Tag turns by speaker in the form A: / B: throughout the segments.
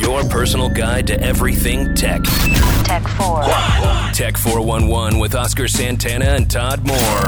A: Your personal guide to everything tech.
B: Tech 4.
A: Tech 411 with Oscar Santana and Todd Moore.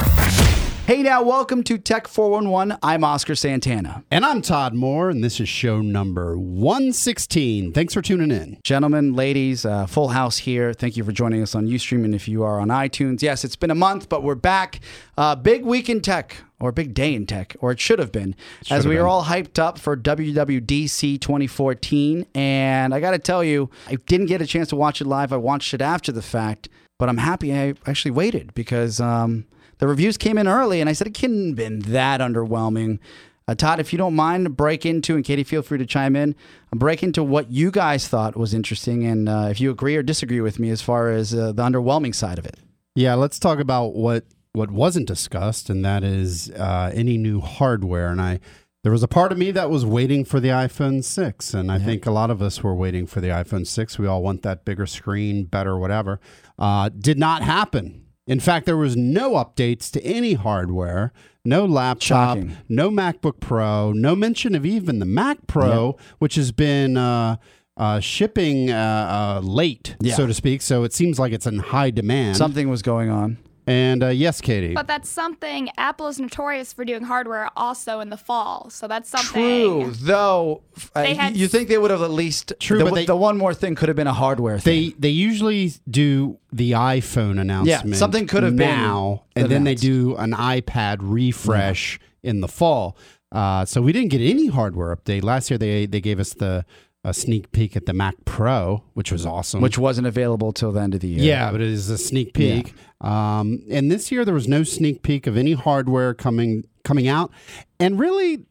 C: Hey now, welcome to Tech 411. I'm Oscar Santana.
D: And I'm Todd Moore, and this is show number 116. Thanks for tuning in.
C: Gentlemen, ladies, uh, full house here. Thank you for joining us on Ustream and if you are on iTunes. Yes, it's been a month, but we're back. Uh, big week in tech, or big day in tech, or it should have been, as we are all hyped up for WWDC 2014. And I got to tell you, I didn't get a chance to watch it live. I watched it after the fact, but I'm happy I actually waited because um, the reviews came in early, and I said it couldn't have been that underwhelming. Uh, Todd, if you don't mind, break into, and Katie, feel free to chime in, uh, break into what you guys thought was interesting and uh, if you agree or disagree with me as far as uh, the underwhelming side of it.
D: Yeah, let's talk about what what wasn't discussed, and that is uh, any new hardware. And I, there was a part of me that was waiting for the iPhone six, and I think a lot of us were waiting for the iPhone six. We all want that bigger screen, better, whatever. Uh, did not happen. In fact, there was no updates to any hardware, no laptop,
C: Shocking.
D: no MacBook Pro, no mention of even the Mac Pro, which has been uh, uh, shipping uh, uh, late,
C: Yeah.
D: so to speak. So it seems like it's in high demand.
C: Something was going on.
D: And uh, yes, Katie.
E: But that's something Apple is notorious for doing hardware also in the fall. So that's something.
C: True, though. f- Uh,
E: They
C: y-
E: had-
C: you think they would have at least
D: True,
C: The,
D: but
C: w-
D: they-
C: the one more thing could have been a hardware thing.
D: they they usually do the iPhone announcement.
C: something could have been
D: now, and then they
C: announced.
D: do an iPad refresh in the fall. Uh, so we didn't get any hardware update last year. They they gave us the a sneak peek at the Mac Pro, which was awesome.
C: which wasn't available till the end of the year.
D: yeah, but it is a sneak peek. Um, and this year there was no sneak peek of any hardware coming coming out. And really,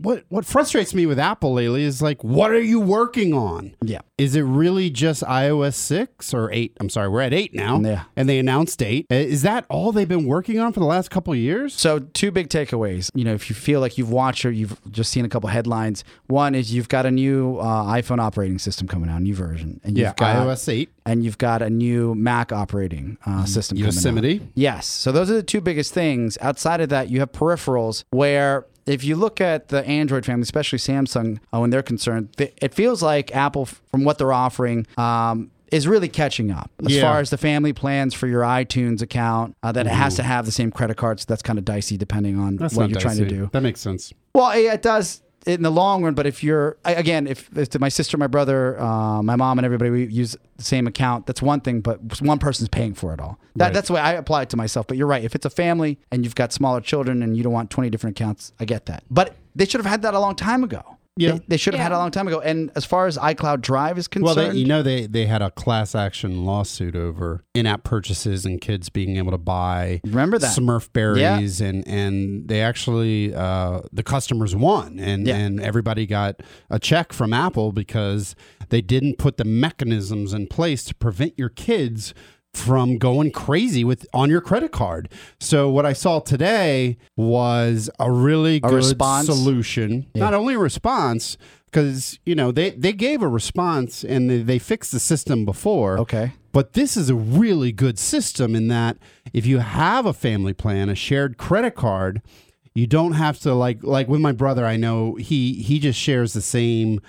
D: what what frustrates me with Apple lately is like, what are you working on?
C: Yeah.
D: Is it really just iOS 6 or 8? I'm sorry, we're at 8 now.
C: Yeah.
D: And they announced 8. Uh, Is that all they've been working on for the last couple of years?
C: So, two big takeaways. You know, if you feel like you've watched or you've just seen a couple headlines, one is you've got a new uh, iPhone operating system coming out, a new version, and
D: yeah,
C: you've got
D: iOS 8,
C: and you've got a new Mac operating uh, system. coming out.
D: Yosemite.
C: Yes. So those are the two biggest things. Outside of that, you have peripherals where if you look at the Android family, especially Samsung, uh, when they're concerned, th- it feels like Apple, f- from what they're offering, um, is really catching up as
D: Yeah.
C: far as the family plans for your iTunes account uh, that it has to have the same credit card. So that's kind of dicey depending on
D: That's
C: what
D: not
C: you're trying
D: dicey.
C: to do.
D: That makes sense.
C: Well, it, it does in the long run. But if you're I- again, if, if to my sister, my brother, uh, my mom, and everybody we use the same account, that's one thing. But one person's paying for it all. That,
D: Right.
C: That's the way I apply it to myself. But you're right. If it's a family and you've got smaller children and you don't want 20 different accounts, I get that. But they should have had that a long time ago.
D: Yeah.
C: They, they should have had it a
E: Yeah.
C: long time ago. And as far as iCloud Drive is
D: Well,
C: concerned,
D: they, you know, they, they had a class action lawsuit over in app purchases and kids being able to buy
C: Remember that.
D: Smurf berries, and, and they actually, uh, the customers won, and,
C: Yeah.
D: and everybody got a check from Apple because they didn't put the mechanisms in place to prevent your kids from going crazy with on your credit card. So what I saw today was a really good
C: response?
D: solution solution, not only a response, because you know they they gave a response and they, they fixed the system before.
C: Okay.
D: But this is a really good system in that if you have a family plan, a shared credit card, you don't have to like like with my brother. I know he he just shares the same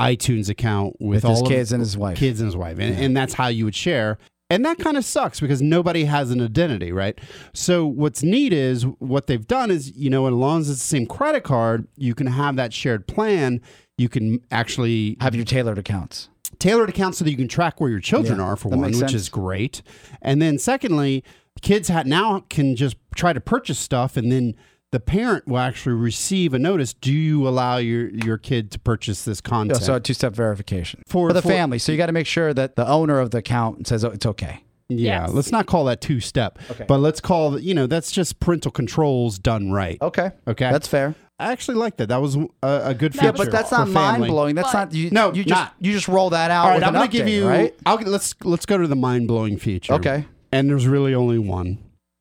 D: iTunes account with,
C: With his
D: all of-
C: kids and his wife.
D: kids and his wife, and, and that's how you would share. And that kind of sucks because nobody has an identity, right? So what's neat is what they've done is, you know, as long as it's the same credit card, you can have that shared plan. You can actually
C: have your tailored accounts.
D: tailored accounts so that you can track where your children
C: Yeah,
D: are for
C: that
D: one,
C: makes
D: which
C: sense.
D: is great. And then secondly, kids ha- now can just try to purchase stuff and then the parent will actually receive a notice. Do you allow your, your kid to purchase this
C: Yeah,
D: content?
C: So two step verification
D: For-
C: the
D: for-
C: family. So you got to make sure that the owner of the account says oh, it's okay.
D: yeah,
E: Yes.
D: let's not call that two step,
C: Okay.
D: but let's call, you know, that's just parental controls done right.
C: Okay.
D: Okay.
C: That's fair.
D: I actually like that. That was a, a good feature.
C: Yeah, but that's
D: for
C: not
D: family.
C: mind blowing. That's
E: But-
C: not you.
D: No,
C: you just
D: not.
C: you just roll that out.
D: All right,
C: with
D: I'm
C: an
D: gonna give
C: update,
D: you.
C: right.
D: I'll, let's let's go to the mind blowing feature.
C: Okay.
D: And there's really only one.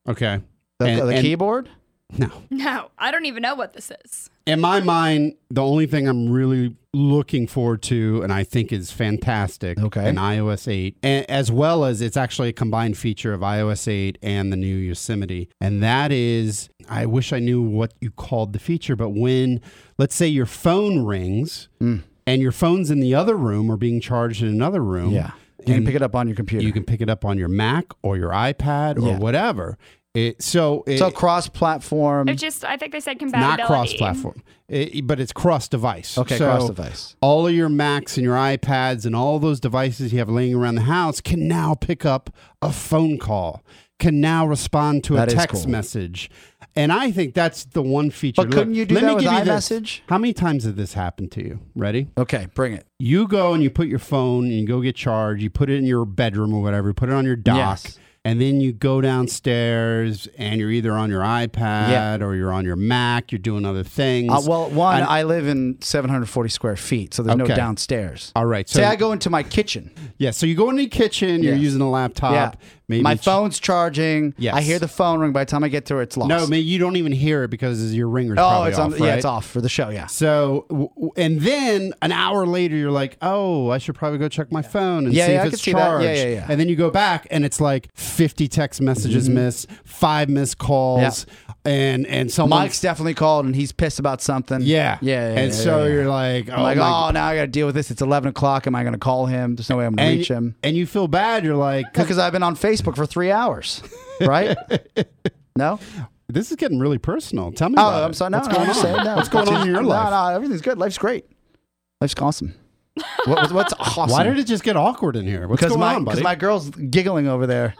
D: Okay.
C: The,
D: And-
C: the
D: and-
C: keyboard.
D: No.
E: No, I don't even know what this is.
D: in my mind, the only thing I'm really looking forward to and I think is fantastic
C: Okay.
D: in iOS 8, a- as well as it's actually a combined feature of iOS 8 and the new Yosemite. And that is, I
C: Mm.
D: wish I knew what you called the feature, but when, let's say, your phone rings and your phone's in the other room or being charged in another room,
C: Yeah. You can pick it up on your computer.
D: you can pick it up on your Mac or your iPad or
C: Yeah.
D: whatever. It, so it,
C: so cross platform.
E: It's just I think they said
D: not
E: compatibility.
D: cross-platform, It- but it's cross-device.
C: Okay,
D: So
C: cross-device.
D: All of your Macs and your iPads and all those devices you have laying around the house can now pick up a phone call, can now respond to
C: That
D: a
C: is
D: text
C: cool.
D: message, and I think that's the one feature.
C: But couldn't you do
D: let
C: that
D: me
C: with
D: give you this.
C: iMessage?
D: How many times did this happen to you? Ready?
C: Okay, bring it.
D: you go and you put your phone and you go get charged. You put it in your bedroom or whatever. You put it on your dock.
C: Yes.
D: And then you go downstairs and you're either on your iPad
C: Yeah.
D: or you're on your Mac. You're doing other things.
C: Uh, well, one,
D: And-
C: I live in 740 square feet, so there's no
D: Okay.
C: downstairs.
D: all right. So,
C: Say I go into my kitchen.
D: yeah. So you go in the kitchen. You're
C: Yes.
D: using a laptop.
C: yeah.
D: Maybe
C: my
D: it's-
C: phone's charging.
D: Yes.
C: I hear the phone ring. By the time I get to her, it's lost.
D: No, maybe you don't even hear it because your ringer's
C: Oh,
D: probably
C: it's
D: off.
C: on. Yeah,
D: right?
C: it's off for the show. Yeah.
D: So, w- w- and then an hour later, you're like, oh, I should probably go check my phone and
C: Yeah,
D: see
C: yeah, I
D: if
C: could
D: it's
C: see that.
D: charged.
C: Yeah, yeah, yeah. Mm-hmm.
D: And then you go back and it's like 50 text messages missed, five missed calls, and and someone.
C: Mike's definitely called and he's pissed about something.
D: yeah.
C: Yeah. yeah
D: and
C: yeah, yeah,
D: so
C: yeah.
D: you're like, oh,
C: I'm like,
D: my
C: oh, now I got to deal with this. It's 11 o'clock. Am I going to call him? There's no way I'm going to
D: and,
C: reach him.
D: and you feel bad. You're like, 'cause
C: Because I've been on Facebook for three hours, right? no?
D: this is getting really personal. Tell me. about
C: Oh, I'm
D: it.
C: sorry. No,
D: What's
C: no,
D: going
C: I'm just
D: on?
C: saying, no.
D: What's going on in your
C: No,
D: life?
C: No, everything's good. Life's great. Life's awesome. What, what's awesome?
D: Why did it just get awkward in here? What's
C: Because
D: going
C: my,
D: on,
C: 'cause
D: buddy?
C: my girl's giggling over there.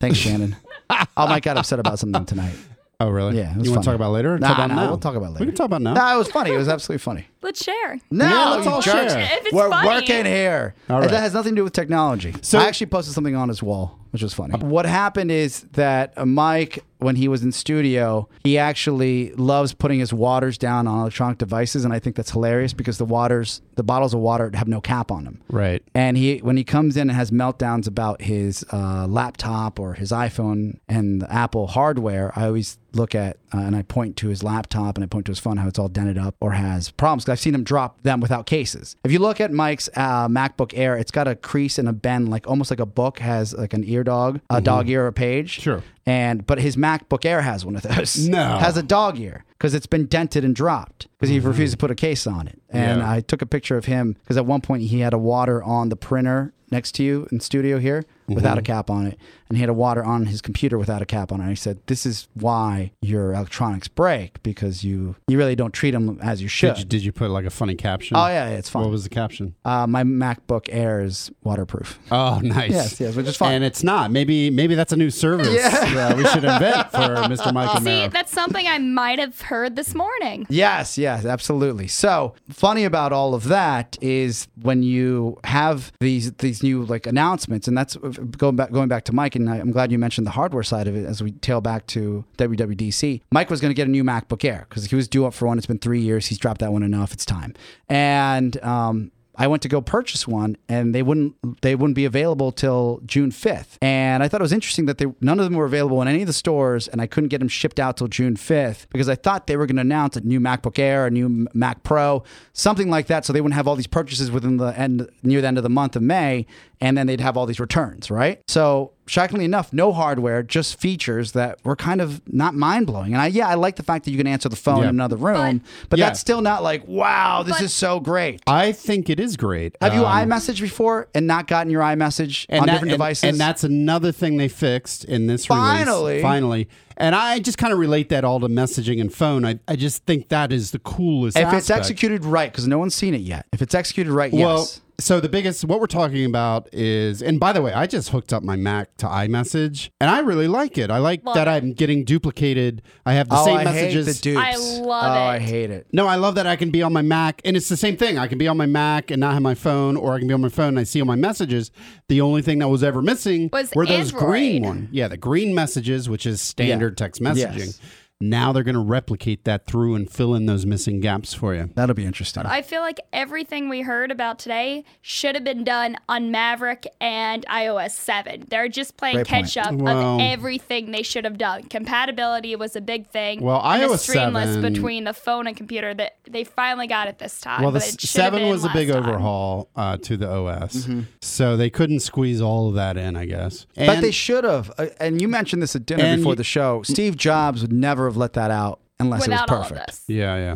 C: Thanks, Shannon. oh, Mike got upset about something tonight.
D: oh, really?
C: Yeah, it
D: You
C: was funny.
D: want to talk about it later? or
C: Nah,
D: talk about
C: nah,
D: now?
C: we'll talk about it
D: We
C: later.
D: can talk about now.
C: No, it was funny. It was absolutely funny.
E: Let's share.
C: No,
D: Yeah, let's
C: you
D: all
C: jerk.
D: share.
E: If it's
C: We're
E: funny.
C: working here.
D: All
C: And
D: right.
C: that has nothing to do with technology.
D: So-
C: I actually posted something on his wall, which was funny. What happened is that uh, Mike, when he was in studio, he actually loves putting his waters down on electronic devices, and I think that's hilarious because the waters, the bottles of water, have no cap on them.
D: Right.
C: And he, when he comes in and has meltdowns about his uh, laptop or his iPhone and the Apple hardware, I always look at uh, and I point to his laptop and I point to his phone how it's all dented up or has problems. Because I've seen him drop them without cases. If you look at Mike's uh, MacBook Air, it's got a crease and a bend, like almost like a book has like an ear dog, a dog ear or page.
D: Mm-hmm. Sure.
C: And but his MacBook Air has one of those.
D: No.
C: has a dog ear because it's been dented and dropped because he refused to put a case on it. And
D: Mm-hmm. Yeah.
C: I took a picture of him because at one point he had a water on the printer next to you in studio here
D: Mm-hmm.
C: without a cap on it, and he had a water on his computer without a cap on it. And I said, "This is why your electronics break because you you really don't treat them as you should."
D: Did you, did you put like a funny caption?
C: Oh, yeah, yeah, it's fine.
D: What was the caption?
C: uh, my MacBook Air is waterproof.
D: Oh, nice.
C: Yes, yes, which is fine.
D: And it's not. Maybe maybe that's a new service that we should invent for Mr. Michael
E: See,
D: Merrick.
E: that's something I might have heard this morning.
C: Yes, yes, absolutely. So funny about all of that is when you have these these new like announcements, and that's going back going back to Mike, and I- I'm glad you mentioned the hardware side of it as we tail back to WWDC. Mike was going to get a new MacBook Air because he was due up for one. It's been three years. He's dropped that one enough. It's time. And um, I went to go purchase one, and they wouldn't they wouldn't be available till June fifth. And I thought it was interesting that they none of them were available in any of the stores, and I couldn't get them shipped out till June fifth because I thought they were going to announce a new MacBook Air, a new Mac Pro, something like that, so they wouldn't have all these purchases within the end near the end of the month of May, and then they'd have all these returns, right? So shockingly enough, no hardware, just features that were kind of not mind blowing. And I yeah, I like the fact that you can answer the phone
D: Yeah.
C: in another room, but,
D: Yeah.
C: that's still not like wow, this
E: But-
C: is so great.
D: I think it is great.
C: Have you
D: Um,
C: iMessage before and not gotten your iMessage
D: and
C: on
D: that-
C: different
D: and-
C: devices?
D: And that's another thing they fixed in this
C: Finally.
D: release. Finally. And I just kind of relate that all to messaging and phone. I, I just think that is the coolest
C: if it's
D: aspect.
C: executed right, because no one's seen it yet. If it's executed right,
D: Well,
C: yes.
D: so the biggest what we're talking about is, and by the way, I just hooked up my Mac to iMessage, and I really like it. I like that I'm getting duplicated. I have the
C: oh,
D: same
C: I
D: messages.
C: hate the dupes.
E: I love
C: Oh, I
E: it.
C: hate it.
D: No, I love that I can be on my Mac, and it's the same thing. I can be on my Mac and not have my phone, or I can be on my phone and I see all my messages. The only thing that was ever missing
E: Was
D: were those
E: Android.
D: green one, yeah, the green messages, which is standard text messaging.
C: Yes.
D: Now they're going to replicate that through and fill in those missing gaps for you.
C: That'll be interesting.
E: I feel like everything we heard about today should have been done on Maverick and iOS 7. They're just playing
C: Great point.
E: catch up
D: Well-
E: of everything they should have done. Compatibility was a big thing.
D: Well,
E: and the
D: iOS
E: stream list
D: 7
E: between the phone and computer that they finally got it this time.
D: Well, the
E: but
D: s-
E: it should have
D: seven
E: been
D: was a
E: last
D: big
E: time.
D: overhaul uh, to the OS, so they couldn't squeeze all of that in, I guess.
C: Mm-hmm. but
D: And-
C: they should have. Uh, and you mentioned this at dinner
D: And
C: before
D: you-
C: the show. Steve Jobs would never have let that out unless
E: Without
C: it
E: all
C: was
E: of
C: perfect.
E: this.
D: yeah, yeah,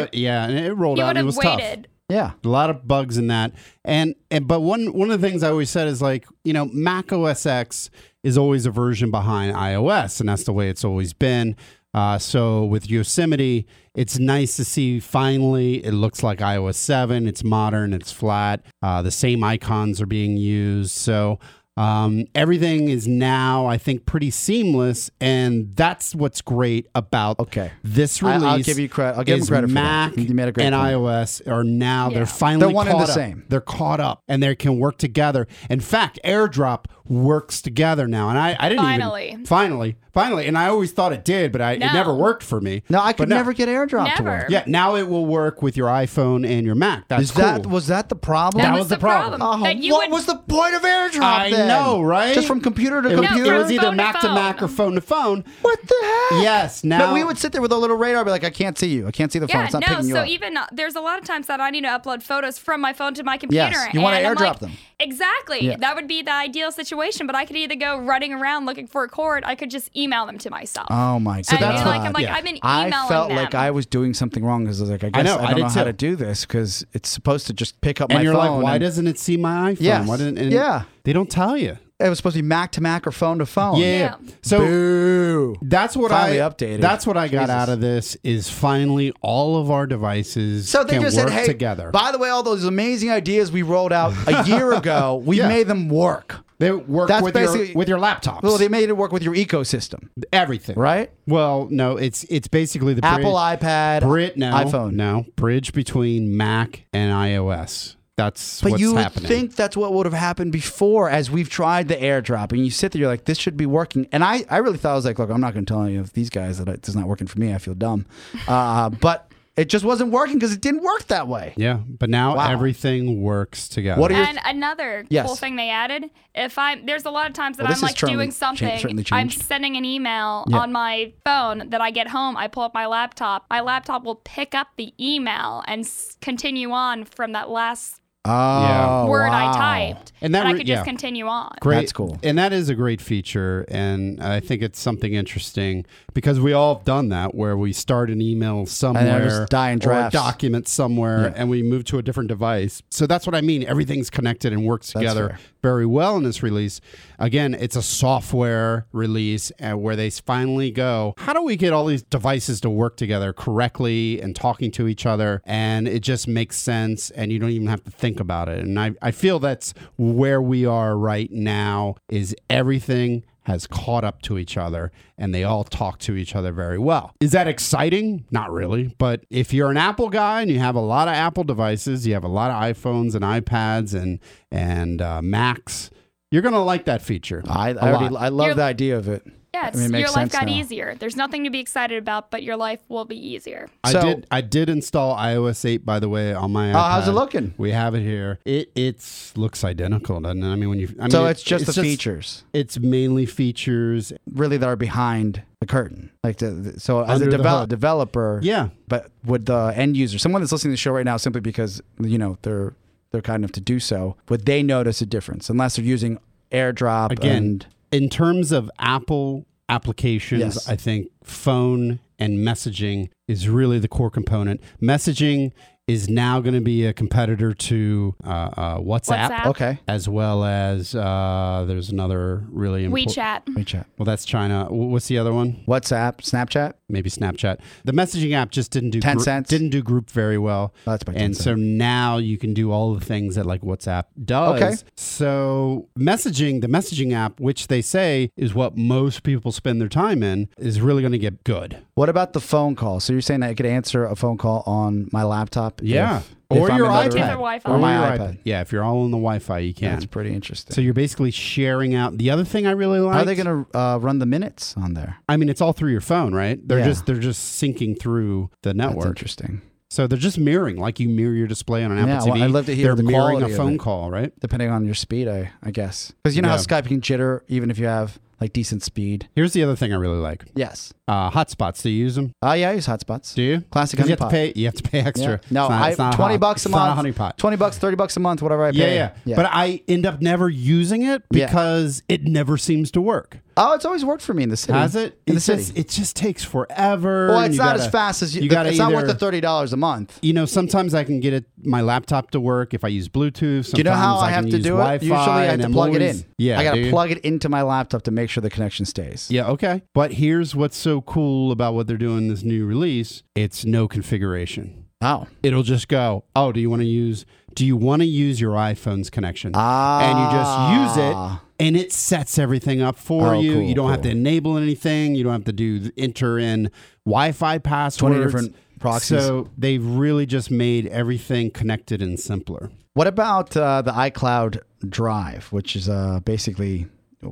C: Right?
D: yeah, yeah, and it rolled
E: He
D: out.
E: would
D: And it
E: have
D: was tough.
E: waited.
C: Yeah.
D: A lot of bugs in that. And, and but one one of the things I always said is like, you know, Mac OS X is always a version behind iOS, and that's the way it's always been. Uh, so with Yosemite, it's nice to see finally it looks like iOS 7. It's modern, it's flat. Uh, the same icons are being used. So um, everything is now, I think, pretty seamless, and that's what's great about
C: Okay.
D: this
C: I-
D: release.
C: I'll give you credit. I'll give him
D: is
C: credit for that.
D: Mac
C: You made a great
D: and
C: point.
D: iOS are now
E: Yeah.
D: they're finally
C: They're one and
D: caught
C: the
D: up.
C: same.
D: They're caught up and they can work together. In fact, AirDrop works together now, and I, I didn't even-
E: Finally.
D: finally, finally, and I always thought it did, but I
E: No.
D: it never worked for me.
C: No, I could
D: But now-
C: never get AirDrop to
E: Never.
C: work.
D: Yeah, now it will work with your iPhone and your Mac. That's
C: Is that
D: cool.
C: was that the problem?
D: That was the problem.
C: Oh,
E: That you
C: what
E: would-
C: was the point of AirDrop?
D: I
C: then?
D: know, right?
C: Just from computer to
D: It was,
C: computer.
D: it was
E: from
D: either
E: phone to
D: Mac to,
E: phone.
D: Mac or phone to phone.
C: what the heck?
D: Yes, now
C: But we would sit there with a little radar, be like, I can't see you. I can't see the phone.
E: Yeah,
C: It's not
E: no.
C: picking you
E: So
C: up.
E: even uh, there's a lot of times that I need to upload photos from my phone to my computer.
C: Yes, you wanna
E: and I'm
C: airdrop
E: like,
C: them.
E: Exactly.
C: Yeah.
E: That would be the ideal situation. But I could either go running around looking for a cord. I could just email them to myself.
C: oh my
E: and
C: god.
D: that's
E: like,
D: why-
E: I'm like,
D: yeah.
E: I've been emailing
C: I felt
E: them.
C: like I was doing something wrong because I was like, I guess I,
D: know, I
C: don't
D: did
C: know how to
D: too.
C: do this because it's supposed to just pick up
D: and
C: my
D: you're
C: phone.
D: like, why
C: and-
D: doesn't it see my iPhone?
C: Yes.
D: Why didn't? And
C: Yeah.
D: they don't tell you.
C: it was supposed to be Mac to Mac or phone to phone?
D: Yeah.
E: Yeah.
D: So
C: Boo.
D: that's what
C: Finally
D: I
C: updated.
D: That's what I got
C: Jesus.
D: out of this is finally all of our devices
C: So they
D: can
C: just
D: work
C: said, hey,
D: together.
C: by the way, all those amazing ideas we rolled out a year ago, we
D: Yeah.
C: made them work.
D: they work
C: That's
D: with your,
C: basically-
D: with your laptops.
C: Well, they made it work with your ecosystem,
D: everything.
C: right?
D: Well, no, it's it's basically the
C: Apple,
D: bridge,
C: iPad,
D: Brit no,
C: iPhone.
D: no bridge between Mac and iOS. That's
C: But
D: what's
C: you would
D: happening.
C: think that's what would have happened before as we've tried the airdrop and you sit there, you're like, this should be working. And I, I really thought, I was like, look, I'm not going to tell any of these guys that it's not working for me. I feel dumb. Uh, but it just wasn't working because it didn't work that way.
D: yeah, but now
C: Wow.
D: everything works together.
C: What are your
E: And another
C: Yes.
E: cool thing they added, if I'm there's a lot of times that
C: Well, this
E: I'm
C: has
E: like
C: certainly
E: doing
C: changed-
E: something,
C: certainly
E: I'm
C: changed.
E: sending an email
C: Yeah.
E: on my phone that I get home, I pull up my laptop, my laptop will pick up the email and s- continue on from that last
C: Oh,
E: word
C: wow.
E: I typed,
D: And
E: and,
D: that
E: I
D: re-
E: could just
D: yeah.
E: continue on.
D: great
C: That's cool.
D: and that is a great feature and i think it's something interesting because we all have done that where we start an email somewhere
C: just die in
D: or a
C: drafts.
D: document somewhere and we move to a different device so that's what i mean everything's connected and works together
C: fair.
D: very well in this release again it's a software release uh, where they finally go how do we get all these devices to work together correctly and talking to each other and it just makes sense and you don't even have to think about it and i, I feel that's where we are right now is everything has caught up to each other and they all talk to each other very well. Is that exciting? Not really. But if you're an Apple guy and you have a lot of Apple devices, you have a lot of iPhones and iPads and and uh, Macs, you're gonna like that feature.
C: I,
D: a
C: I, already,
D: lot.
C: I love
E: You're-
C: the idea of it.
E: Yeah,
C: I
E: it's,
C: mean, it makes
E: your life
C: sense
E: got
C: now.
E: easier. There's nothing to be excited about, but your life will be easier.
D: I
C: So-
D: did. I did install iOS 8, by the way, on my. Oh,
C: how's it looking?
D: We have it here. It it's looks identical, doesn't it? I mean, when you. I mean,
C: So
D: it-
C: it's just the features,
D: It's mainly features.
C: really, that are behind the curtain. Like, the, the- so as a
D: Under the
C: devel-
D: hood.
C: developer,
D: Yeah.
C: But would the end user, someone that's listening to the show right now, simply because you know they're they're kind enough to do so, would they notice a difference unless they're using AirDrop
D: Again,
C: and
D: in terms of Apple applications,
C: Yes.
D: I think phone and messaging is really the core component. Messaging is now going to be a competitor to uh, uh, WhatsApp,
E: WhatsApp.
C: okay,
D: as well as uh, there's another really important.
E: WeChat.
C: WeChat,
D: Well, that's China. Wh- What's the other one?
C: WhatsApp, Snapchat?
D: maybe Snapchat. The messaging app just didn't do
C: Ten
D: grou-
C: cents.
D: didn't do group very well.
C: Oh, that's by ten
D: and so now you can do all the things that like WhatsApp does.
C: Okay.
D: So messaging, the messaging app, which they say is what most people spend their time in, is really going to get good.
C: What about the phone call? So you're saying that I could answer a phone call on my laptop? if-
D: or
C: if I'm
D: your
C: in
D: iPad.
C: the room?
E: Different Wi-Fi.
C: Or
D: Or
C: my
D: your
C: iPad.
D: Yeah, if you're all on the Wi-Fi, you can.
C: That's pretty interesting.
D: so you're basically sharing out. The other thing I really like.
C: How are they going to uh, run the minutes on there?
D: I mean, it's all through your phone, right? They're
C: Yeah.
D: just they're just syncing through the
C: That's
D: network.
C: interesting.
D: So they're just mirroring, like you mirror your display on an Apple
C: Yeah, well,
D: TV.
C: I'd love to hear
D: they're
C: the
D: mirroring
C: quality
D: a
C: of
D: phone
C: it.
D: call, right?
C: Depending on your speed, I, I guess. Because you know
D: Yeah.
C: how Skype can jitter even if you have like decent speed.
D: Here's the other thing I really like.
C: Yes.
D: Uh, hotspots. Do you use them?
C: Uh, yeah, I use hotspots.
D: Do you?
C: Classic
D: 'Cause you have
C: honeypot.
D: to pay. You have to pay
C: Yeah.
D: extra. It's
C: No,
D: not-
C: I,
D: it's not
C: twenty
D: hot-
C: bucks a
D: it's not
C: month.
D: honeypot.
C: Twenty bucks, thirty bucks a month, whatever I pay.
D: Yeah, yeah, But I end up never using it
C: Yeah.
D: because it never seems to work.
C: oh, it's always worked for me in the city.
D: Has it?
C: In
D: It
C: the city.
D: just it just takes forever.
C: well,
D: and
C: it's
D: you
C: not
D: gotta-
C: as fast as you.
D: gotta
C: it's not worth
D: either-
C: the thirty dollars a month.
D: You know, sometimes I can get it, my laptop to work if I use Bluetooth. Sometimes
C: Do you know how I
D: can
C: have to
D: use
C: do
D: Wi-Fi
C: it? Usually, I have
D: and
C: to
D: I'm
C: plug it
D: always-
C: in.
D: Yeah,
C: I
D: do
C: gotta
D: you?
C: plug it into my laptop to make sure the connection stays.
D: Yeah, okay. But here's what's so cool about what they're doing in this new release: it's no configuration.
C: Oh,
D: It'll just go. Oh, do you want to use? Do you want to use your iPhone's connection? and you just use
C: Ah.
D: it. And it sets everything up for
C: Oh,
D: you.
C: cool,
D: you don't have
C: cool.
D: to enable anything. You don't have to do enter in Wi-Fi passwords.
C: different proxies.
D: So they've really just made everything connected and simpler.
C: What about uh, the iCloud Drive, which is uh, basically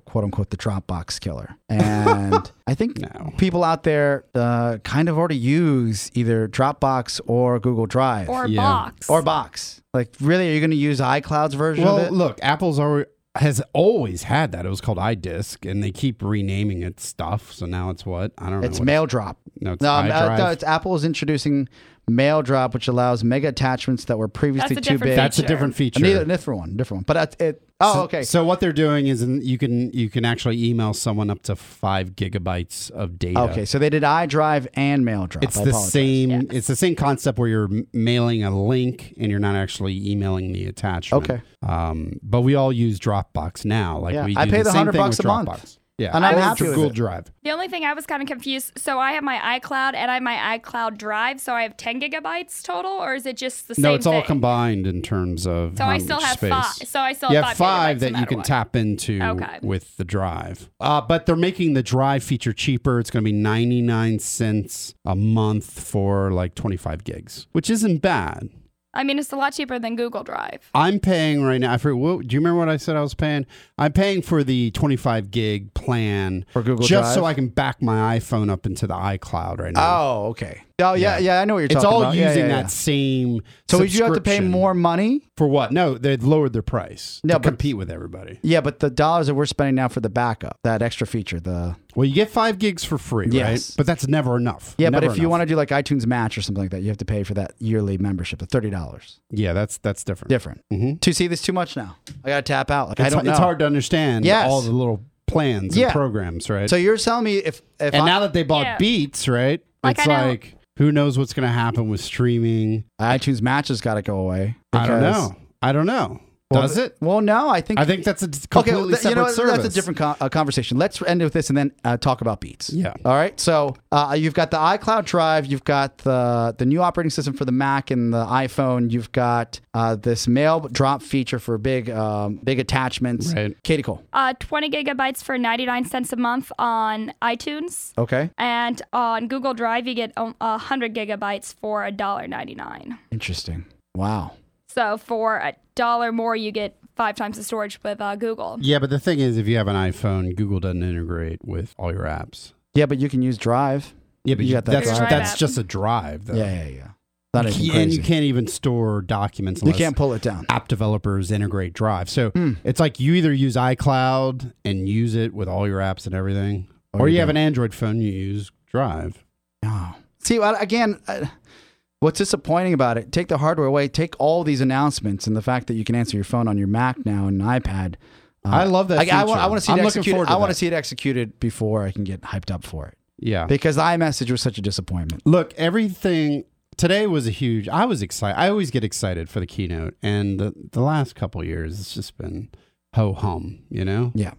C: quote unquote the Dropbox killer? And I think
D: No.
C: people out there uh, kind of already use either Dropbox or Google Drive
E: or
D: Yeah.
E: box.
C: Or Box. Like, really, are you going to use iCloud's version of
D: Well,
C: it?
D: look, Apple's already, has always had that. It was called iDisk, and they keep renaming it stuff. So now it's what I don't
C: It's
D: know. what
C: mail drop.
D: No, it's
C: um, uh,
D: iDrive.
C: no, it's Apple is introducing mail drop, which allows mega attachments that were previously
E: That's a
C: too
E: different
C: big.
D: That's a
E: feature.
D: different feature.
C: Neither, different one, different one. But that's it. Oh, okay.
D: So what they're doing is in- you can you can actually email someone up to five gigabytes of data.
C: okay. So they did iDrive and mail drop.
D: It's
C: I
D: the
C: apologize.
D: same. It's the same concept where you're m- mailing a link and you're not actually emailing the attachment.
C: Okay.
D: Um, but we all use Dropbox now. Like
C: Yeah,
D: we
C: I
D: do
C: pay
D: the,
C: the
D: same
C: 100
D: thing
C: bucks
D: with
C: a month.
D: Dropbox. Yeah,
C: And I'm
D: or
C: happy with
D: Google
C: it.
D: Drive.
E: The only thing I was kind of confused. So I have my iCloud and I have my iCloud Drive. So I have 10 gigabytes total, or is it just the same?
D: No, it's all
E: thing?
D: combined in terms of
E: So
D: how
E: I still
D: much
E: have
D: space.
E: five. So I still
D: you
E: have
D: have five
E: gigabytes
D: that
E: no
D: you
E: matter
D: can
E: what.
D: tap into
E: Okay.
D: with the drive. Uh, but they're making the drive feature cheaper. It's going to be 99 cents a month for like 25 gigs, which isn't bad.
E: I mean, it's a lot cheaper than Google Drive.
D: I'm paying right now. I forget, what, do you remember what I said I was paying? I'm paying for the 25 gig plan
C: For Google
D: just so
C: Drive?
D: I can back my iPhone up into the iCloud right now.
C: Oh, okay. Oh, yeah, yeah. I know what you're
D: it's
C: talking
D: all
C: about.
D: using
C: Yeah, yeah,
D: that
C: yeah.
D: same.
C: So would you have to pay
D: subscription.
C: more money?
D: for what? No, they've lowered their price
C: No,
D: to
C: but-
D: compete with everybody.
C: Yeah, but the dollars that we're spending now for the backup, that extra feature, the
D: Well, you get five gigs for free,
C: Yes.
D: right? But that's never enough.
C: yeah. but if you want to do like iTunes Match or something like that, you have to pay for that yearly membership, the thirty dollars.
D: to, yeah, that's that's different.
C: Different.
D: Mhm.
C: To see this too much now, I gotta tap out. Like I
D: It's,
C: don't know.
D: it's hard to understand
C: Yes.
D: all the little plans
C: Yeah.
D: and programs, right?
C: So you're telling me if if
D: and
C: I,
D: now that they bought
E: Yeah.
D: Beats, right?
E: Like,
D: it's
E: I know-
D: like who knows what's going to happen with streaming?
C: iTunes Match has got to go away.
D: I don't
C: because-
D: know. I don't know.
C: Well,
D: Does it?
C: Well, no. I think
D: I think that's a d-
C: okay.
D: completely
C: th-
D: separate
C: you know, what,
D: service.
C: that's a different con- uh, conversation. Let's end with this and then uh, talk about Beats.
D: Yeah.
C: All right. So uh, you've got the iCloud Drive, you've got the the new operating system for the Mac and the iPhone, you've got uh, this mail drop feature for big um, big attachments.
D: Right.
C: Katie Cole.
E: Uh, 20 gigabytes for 99 cents a month on iTunes.
C: Okay.
E: And on Google Drive, you get um, 100 gigabytes for $1.99.
C: Interesting. Wow.
E: So for a dollar more, you get five times the storage with uh, Google.
D: Yeah, but the thing is, if you have an iPhone, Google doesn't integrate with all your apps.
C: Yeah, but you can use Drive.
D: Yeah, but
C: You
D: you-
C: got that
D: that's
E: drive
D: that's
E: app.
D: just a drive, though.
C: Yeah, yeah, yeah. Not anything
D: Yeah, and
C: crazy.
D: you can't even store documents.
C: You
D: Unless
C: can't pull it down.
D: app developers integrate Drive. So it's like you either use iCloud and use it with all your apps and everything,
C: Or
D: or, you
C: you
D: have an Android phone, you use Drive.
C: Oh. See, well, again, uh, what's disappointing about it, take the hardware away, take all these announcements and the fact that you can answer your phone on your Mac now and an iPad. Uh,
D: I love that.
C: I, I, want,
D: feature.
C: I want to see
D: I'm
C: it
D: looking
C: executed.
D: forward to
C: I want to
D: that.
C: see it executed before I can get hyped up for it
D: Yeah.
C: because the iMessage was such a disappointment.
D: Look, everything today was a huge. I was excited. I always get excited for the keynote, and the, the last couple years, it's just been ho hum. You know,
C: Yeah,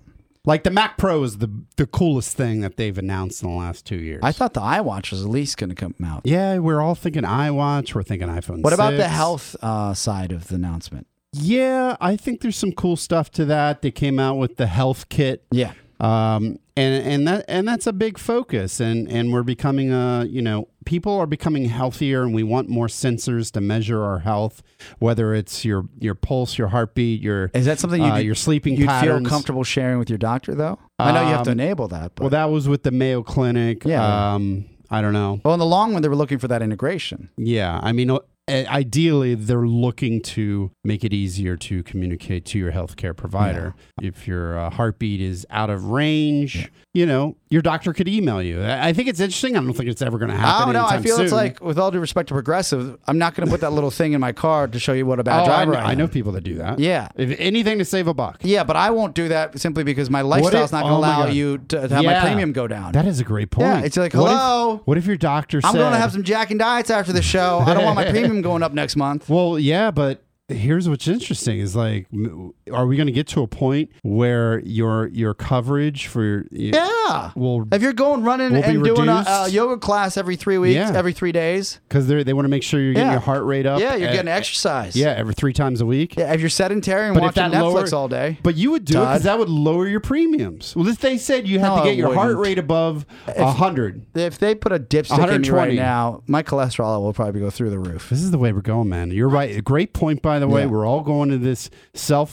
D: like the Mac Pro is the the coolest thing that they've announced in the last two years.
C: I thought the iWatch was at least going to come out.
D: yeah, we're all thinking iWatch. We're thinking iPhone.
C: What about the
D: 6.
C: health uh, side of the announcement?
D: Yeah, I think there's some cool stuff to that. They came out with the health kit,
C: Yeah,
D: um, and and that and that's a big focus. And and we're becoming a you know people are becoming healthier, and we want more sensors to measure our health, whether it's your your pulse, your heartbeat, your
C: is that something you
D: uh, your sleeping
C: you'd
D: patterns.
C: feel comfortable sharing with your doctor though? I know you have to
D: Um,
C: enable that, but
D: Well, that was with the Mayo Clinic.
C: Yeah.
D: Um, I don't know.
C: well, in the long run, they were looking for that integration.
D: Yeah, I mean. uh, Ideally, they're looking to make it easier to communicate to your healthcare provider. If your uh, heartbeat is out of range, you know, your doctor could email you. I I think it's interesting. I don't think it's ever going to happen.
C: I don't know. Oh, I
D: anytime
C: feel it's
D: soon.
C: like, with all due respect to Progressive, I'm not going to put that little thing in my car to show you what a bad
D: Oh, I,
C: driver
D: know,
C: I, am.
D: I know people that do that.
C: Yeah.
D: If anything to save a buck.
C: Yeah, but I won't do that simply because my lifestyle's
D: if-
C: not going to
D: oh my
C: allow
D: God.
C: you to, to have my
D: Yeah.
C: premium go down.
D: That is a great point.
C: Yeah, it's like,
D: What if-
C: hello?
D: What if your doctor
C: I'm
D: said,
C: going to have some Jack and Diets after the show. I don't want my premium going up next month.
D: Well, yeah, but here's what's interesting is like, m- are we going to get to a point where your your coverage for your,
C: Yeah.
D: will
C: If you're going running
D: Will be
C: and doing a, a
D: reduced?
C: yoga class every three weeks,
D: Yeah.
C: every three days,
D: because they they want to make sure you're getting
C: Yeah.
D: your heart rate up.
C: yeah, you're
D: at-
C: getting exercise.
D: Eh, Yeah, every three times a week.
C: Yeah, If you're sedentary and watching Netflix all day,
D: But you would do it
C: Todd.
D: because that would lower your premiums. Well, if they said you had
C: No,
D: to
C: it
D: get your heart
C: wouldn't.
D: rate above hundred,
C: if they put a dipstick in me right
D: 120.
C: now, my cholesterol will probably go through the roof.
D: this is the way we're going, man. You're right. Great point, by the way.
C: Yeah.
D: We're all going to this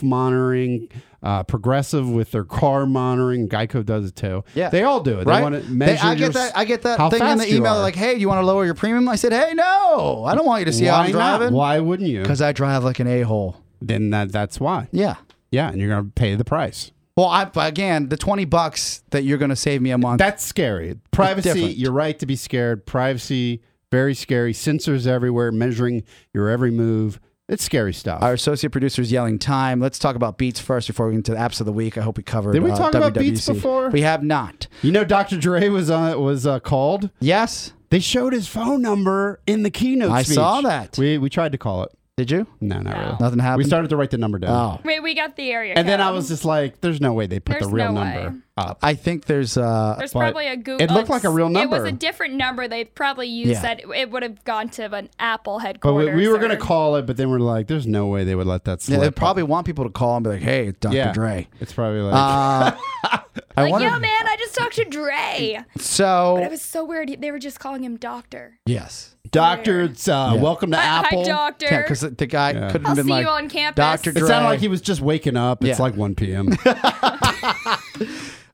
D: self-monitoring. Uh, progressive with their car monitoring, Geico does it too.
C: Yeah.
D: they all do it. They
C: right?
D: want to
C: They-
D: measure.
C: I
D: your
C: get
D: s-
C: that. I get that
D: how
C: thing in
D: fast
C: the
D: you
C: email.
D: are.
C: Like, hey, do you want to lower your premium? I said, hey, no, I don't want you to see how
D: why
C: I'm
D: not?
C: driving.
D: Why wouldn't you?
C: Because I drive like an a hole.
D: Then that that's why.
C: Yeah.
D: Yeah, and you're gonna pay the price.
C: Well, I, but again, the twenty bucks that you're going to save me a month.
D: That's scary. Privacy,
C: different.
D: you're right to be scared. Privacy, very scary. Sensors everywhere, measuring your every move. It's scary stuff.
C: our associate producer's yelling time. Let's talk about beats first before we get into the apps of the week. I hope we covered.
D: Did we
C: uh,
D: talk about beats
C: WWC.
D: before?
C: We have not.
D: you know, Dr. Dre was uh, was uh, called.
C: Yes.
D: They showed his phone number in the keynote.
C: I
D: speech.
C: saw that.
D: We we tried to call it.
C: Did you?
D: No, not really.
C: Nothing
D: We
C: happened?
D: started to write the number down.
C: Oh.
E: Wait, we got the area.
D: And then I
E: code.
D: was just like, "There's no way they put the
E: There's
D: real
E: no
D: number
E: way.
D: up."
C: I think there's. Uh,
E: There's
D: but
E: probably a Google.
D: it looked like a real
E: It
D: number.
E: was a different number. They probably used
C: Yeah.
E: that. It would have gone to an Apple
D: But
E: headquarters.
D: we, we were gonna
E: or-
D: call it, but then we're like, "There's no way they would let that
C: yeah,
D: slip."
C: they probably want people to call and be like, "Hey, it's Dr.
D: yeah.
C: Dre."
D: It's probably like
C: Uh, I
E: Like,
C: wonder.
E: yo, man, I just talked to Dre.
C: so
E: It was so weird. He- They were just calling him Doctor.
C: yes.
D: Doctor, it's, uh, welcome to
E: Hi-
D: Apple.
E: Hi, Doctor.
C: Yeah, because the guy could
E: I'll
C: have been
E: see
C: like,
E: you on campus.
C: Dr.
D: It
C: Dre.
D: sounded like he was just waking up. It's
C: Yeah.
D: like 1 p.m.
C: a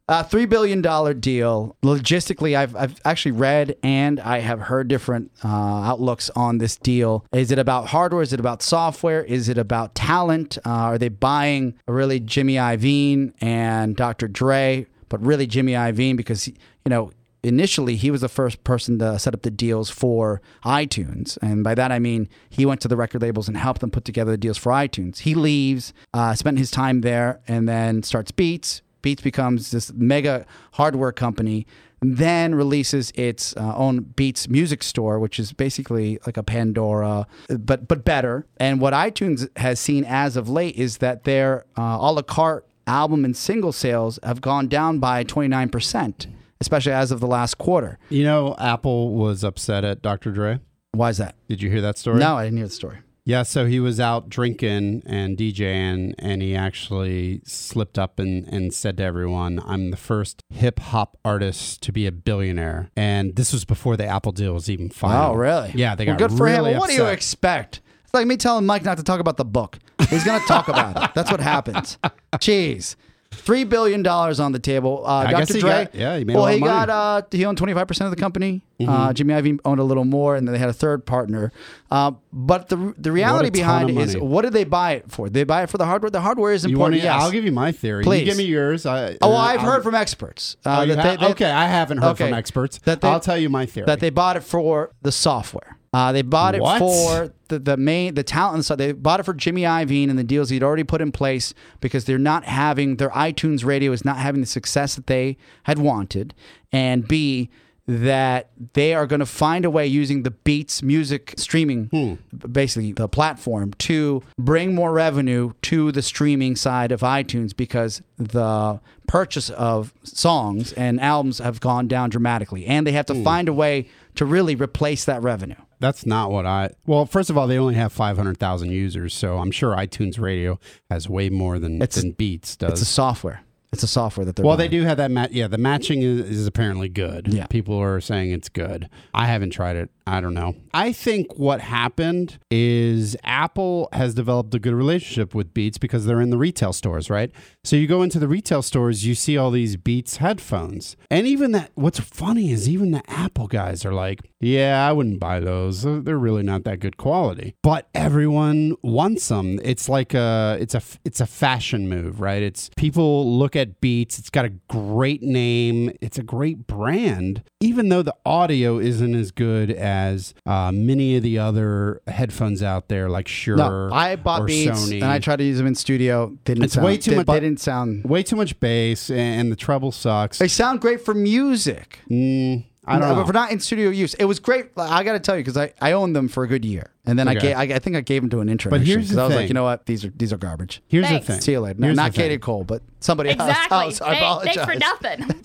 C: uh, three billion dollar deal. Logistically, I've I've actually read and I have heard different uh, outlooks on this deal. Is it about hardware? Is it about software? Is it about talent? Uh, are they buying really Jimmy Iovine and Dr. Dre, but really Jimmy Iovine because you know initially he was the first person to set up the deals for iTunes. And by that I mean he went to the record labels and helped them put together the deals for iTunes. He leaves, uh, spent his time there, and then starts Beats. Beats becomes this mega hardware company, then releases its uh, own Beats music store, which is basically like a Pandora, but but better. And what iTunes has seen as of late is that their uh, a la carte album and single sales have gone down by 29%, especially as of the last quarter.
D: you know, Apple was upset at Dr. Dre.
C: Why is that?
D: Did you hear that story?
C: No, I didn't hear the story.
D: Yeah, so he was out drinking and DJing, and he actually slipped up and, and said to everyone, I'm the first hip hop artist to be a billionaire. And this was before the Apple deal was even
C: Oh,
D: final.
C: really?
D: Yeah, they
C: Well,
D: got
C: good for him.
D: really
C: Well, What do you
D: upset.
C: expect? It's like me telling Mike not to talk about the book. He's going to talk about it. That's what happens. Jeez. $3 billion on the table. Uh,
D: I
C: Dr.
D: guess he
C: Dre.
D: got- yeah, he made a
C: Well,
D: lot of
C: he
D: money. Mm-hmm.
C: got, uh, he owned 25% of the company. Uh, Jimmy Iovine owned a little more, and then they had a third partner. Uh, but the, the reality
D: ton
C: behind
D: of
C: it is
D: money.
C: what did they buy it for? Did they buy it for the hardware? The hardware is
D: You want
C: important.
D: to,
C: yes.
D: I'll give you my theory. You
C: Please.
D: give me yours. I, uh,
C: Oh, well, I've
D: I'll-
C: heard from experts. Uh,
D: Oh, you
C: that they-
D: ha-
C: they-
D: okay, I haven't heard
C: Okay.
D: from experts.
C: That they-
D: I'll tell you my theory.
C: that they bought it for the software. Uh, they bought it
D: What?
C: for the, the main the talent side. They bought it for Jimmy Iovine and the deals he'd already put in place because they're not having their iTunes radio is not having the success that they had wanted, and B that they are going to find a way using the Beats music streaming, b- basically the platform, to bring more revenue to the streaming side of iTunes because the purchase of songs and albums have gone down dramatically, and they have to find a way to really replace that revenue.
D: That's not what I. Well, first of all, they only have 500,000 users, so I'm sure iTunes Radio has way more than,
C: It's-
D: than Beats does.
C: It's a software. It's a software that they're.
D: well, they
C: buying.
D: do have that. Ma- yeah, the matching is, is apparently good.
C: Yeah.
D: People are saying it's good. I haven't tried it. I don't know. I think what happened is Apple has developed a good relationship with Beats because they're in the retail stores, right? So you go into the retail stores, you see all these Beats headphones. And even that, what's funny is even the Apple guys are like, Yeah, I wouldn't buy those. They're they're really not that good quality. But everyone wants them. It's like a it's a it's a fashion move, right? It's people look at Beats. It's got a great name. It's a great brand. Even though the audio isn't as good as uh, many of the other headphones out there, like Shure.
C: No, I bought
D: or
C: Beats
D: Sony.
C: and I tried to use them in studio. Didn't
D: It's
C: sound,
D: way too
C: did,
D: much-
C: They didn't sound.
D: way too much bass, and the treble sucks.
C: They sound great for music.
D: Mm, I don't
C: No,
D: know.
C: But for not in studio use, it was great. Like, I got to tell you because I, I owned them for a good year, and then
D: Okay.
C: I gave I, I think I gave them to an intern.
D: But
C: actually,
D: here's
C: 'cause
D: the
C: I was
D: thing.
C: like, you know what, these are these are garbage.
D: Here's
E: Thanks.
D: the thing.
C: See you later. No,
D: Here's
C: not
D: the thing.
C: Katie Cole, but somebody
E: Exactly.
C: else. I
E: Thank-
C: apologize.
E: thanks for nothing.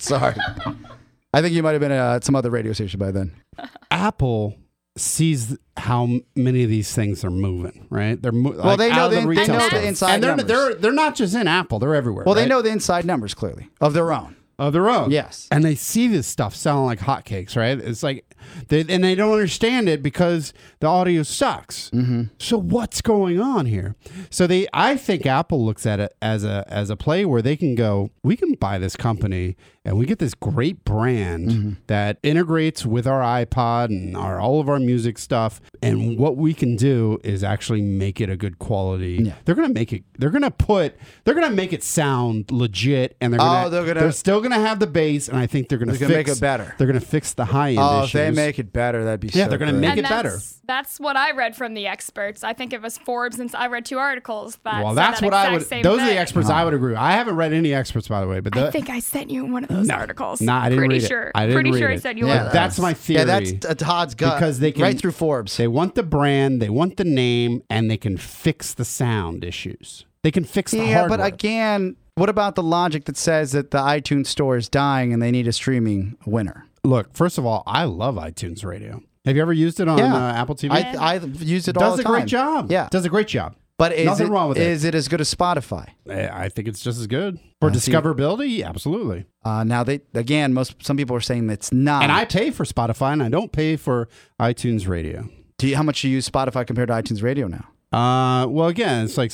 C: Sorry. I think you might have been uh, at some other radio station by then.
D: Apple sees how m- many of these things are moving, right? They're mo- well,
C: they know
D: out of
C: the-
D: the
C: they
D: retail
E: know the
D: stores.
C: inside
D: and they're,
C: numbers.
D: they're they're not just in Apple; they're everywhere.
C: Well, they
D: right?
C: know the inside numbers clearly of their own.
D: of their own.
C: Yes.
D: and they see this stuff selling like hotcakes, right? It's like, they, and they don't understand it because the audio sucks. Mm-hmm. So what's going on here? So they, I think Apple looks at it as a as a play where they can go, we can buy this company and we get this great brand
C: Mm-hmm.
D: that integrates with our iPod and our all of our music stuff. And what we can do is actually make it a good quality.
C: Yeah.
D: They're gonna make it. They're gonna put. They're gonna make it sound legit. And they're gonna,
C: Oh, they're gonna-
D: they're still gonna have the bass, and I think they're gonna
C: They're gonna
D: fix-
C: make it better.
D: They're gonna fix the high end.
C: Oh,
D: issues.
C: if they make it better, that'd be
D: Yeah,
C: so
D: they're gonna
C: good.
D: make it-
E: and that's,
D: better.
E: That's what I read from the experts. I think it was Forbes, and I read two articles that.
D: Well,
E: said
D: that's
E: that
D: what I
E: exact
D: would.
E: same
D: Those are the
E: thing.
D: experts I would agree. with. I haven't read any experts, by the way, but
E: I
D: the-
E: think I sent you one of those articles.
D: Nah, I didn't
E: Pretty
D: read it.
E: sure.
D: I didn't
E: Pretty
D: read
E: sure I
D: it.
E: sent you
C: Yeah.
E: one of
D: but
E: those.
D: that's my theory.
C: Yeah, that's uh, Todd's gut.
D: because they can
C: right through Forbes.
D: They want the brand, they want the name, and they can fix the sound issues. They can fix the
C: yeah,
D: hardware.
C: but again, what about the logic that says that the iTunes store is dying and they need a streaming winner?
D: Look, first of all, I love iTunes Radio. Have you ever used it on
C: Yeah.
D: uh, Apple TV?
C: I I use it all
D: does
C: the
D: a
C: time.
D: great job.
C: Yeah,
D: does a great job.
C: but is
D: nothing
C: it,
D: wrong with it. Eh,
C: Is it as good as Spotify?
D: I I think it's just as good for
C: see.
D: discoverability. Absolutely.
C: Uh, now they again, most some people are saying that's not.
D: and I pay for Spotify, and I don't pay for iTunes Radio.
C: do you, how much you use Spotify compared to iTunes Radio now?
D: Uh, well, again, it's like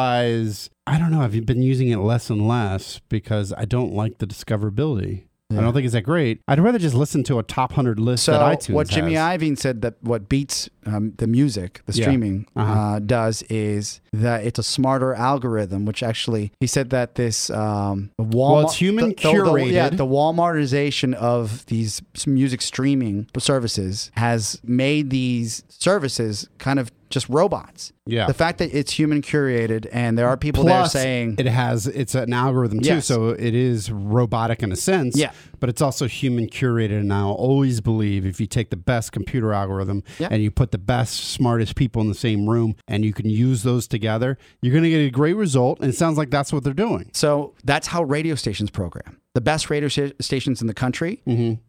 D: Spotify's. I don't know. I've been using it less and less because I don't like the discoverability. I don't think it's that great. I'd rather just listen to a top hundred list
C: So
D: that iTunes
C: what Jimmy
D: has.
C: Iovine said that what beats um, the music, the
D: Yeah.
C: streaming,
D: Uh-huh.
C: uh, does is that it's a smarter algorithm. Which actually, he said that this um, Walmart,
D: it's human
C: the, the- the- yeah,
D: curated.
C: the Walmartization of these music streaming services has made these services kind of just robots.
D: Yeah.
C: the fact that it's human curated and there are people there
D: Plus,
C: saying
D: it has it's an algorithm too,
C: Yes.
D: so it is robotic in a sense.
C: Yeah.
D: but it's also human curated, and I'll always believe if you take the best computer algorithm
C: Yeah.
D: and you put the best, smartest people in the same room, and you can use those together, you're going to get a great result. And it sounds like that's what they're doing.
C: So that's how radio stations program. The best radio sta- stations in the country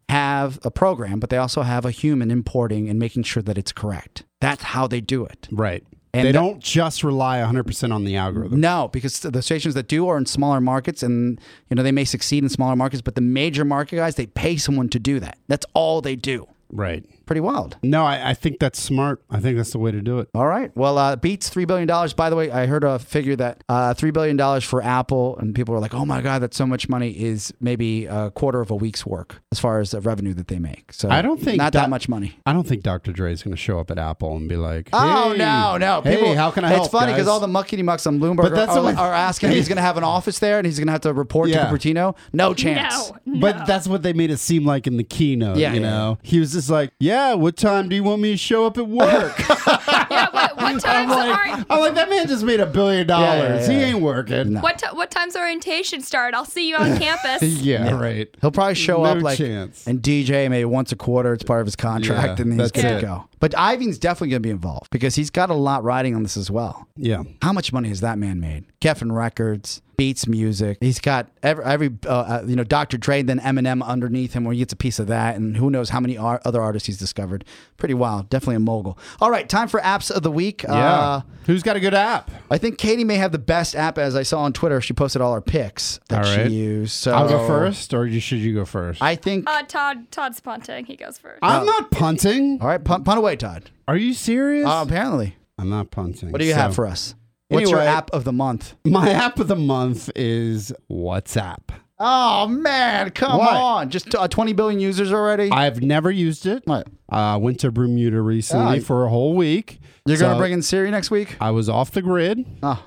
C: have a program, but they also have a human importing and making sure that it's correct. That's how they do it.
D: Right.
C: And
D: they
C: that-
D: don't just rely 100% on the algorithm.
C: No, because the stations that do are in smaller markets, and you know they may succeed in smaller markets, but the major market guys they pay someone to do that. That's all they do.
D: Right.
C: Pretty wild.
D: No, I, I think that's smart. I think that's the way to do it.
C: All right. Well, uh, beats three billion dollars. By the way, I heard a figure that uh, three billion dollars for Apple, and people were like, "Oh my god, that's so much money!" Is maybe a quarter of a week's work as far as the revenue that they make. So
D: I don't think
C: not that,
D: that-
C: much money.
D: I don't think Dr. Dre is going to show up at Apple and be like,
C: Oh
D: "Hey,
C: no, no!
D: Hey,
C: People,
D: how can I
C: it's
D: help?"
C: It's funny
D: guys?"
C: because all the muckety mucks on Bloomberg
D: But that's
C: are,
D: what-
C: are asking. if he's going to have an office there, and he's going to have to report
D: Yeah.
C: to Cupertino. No chance.
E: No, no.
D: But that's what they made it seem like in the keynote.
C: Yeah,
D: you
C: yeah.
D: know, he was just like, "Yeah, what time do you want me to show up at work?"
E: yeah, what, what
D: I'm
E: times
D: like,
E: aren't?
D: I'm like, that man just made a billion dollars.
C: yeah.
D: He ain't working.
E: What, ti- what times orientation start? I'll see you on campus.
D: Yeah, right.
C: He'll probably show
D: No
C: up like
D: chance.
C: and DJ maybe once a quarter. It's part of his contract,
D: Yeah,
C: and he's
D: that's
C: good
D: it.
C: to go. But Ivan's definitely going to be involved because he's got a lot riding on this as well.
D: Yeah,
C: How much money has that man made? Geffen Records, Beats Music. He's got every, every uh, uh, you know, Dr. Dre, then Eminem underneath him, where he gets a piece of that, and who knows how many ar- other artists he's discovered. Pretty wild, definitely a mogul. All right, time for apps of the week. Uh,
D: yeah. Who's got a good app?
C: I think Katie may have the best app, as I saw on Twitter. She posted all her picks that
D: All right.
C: she used. So
D: I'll go first, or you- should you go first?
C: I uh, think.
E: Uh, Todd Todd's punting. He goes first.
D: am not punting.
C: all right, punt, punt away, Todd.
D: Are you serious?
C: Uh, apparently.
D: I'm not punting.
C: What do you have
D: So,
C: for us? What's your
D: Anyway.
C: app of the month?
D: my app of the month? Is WhatsApp.
C: Oh man, come
D: What?
C: on! Just uh, 20 billion users already.
D: I've never used it.
C: What?
D: I went to Bermuda recently
C: Ah.
D: for a whole week.
C: You're gonna
D: So
C: bring in Siri next week?
D: I was off the grid.
C: Oh,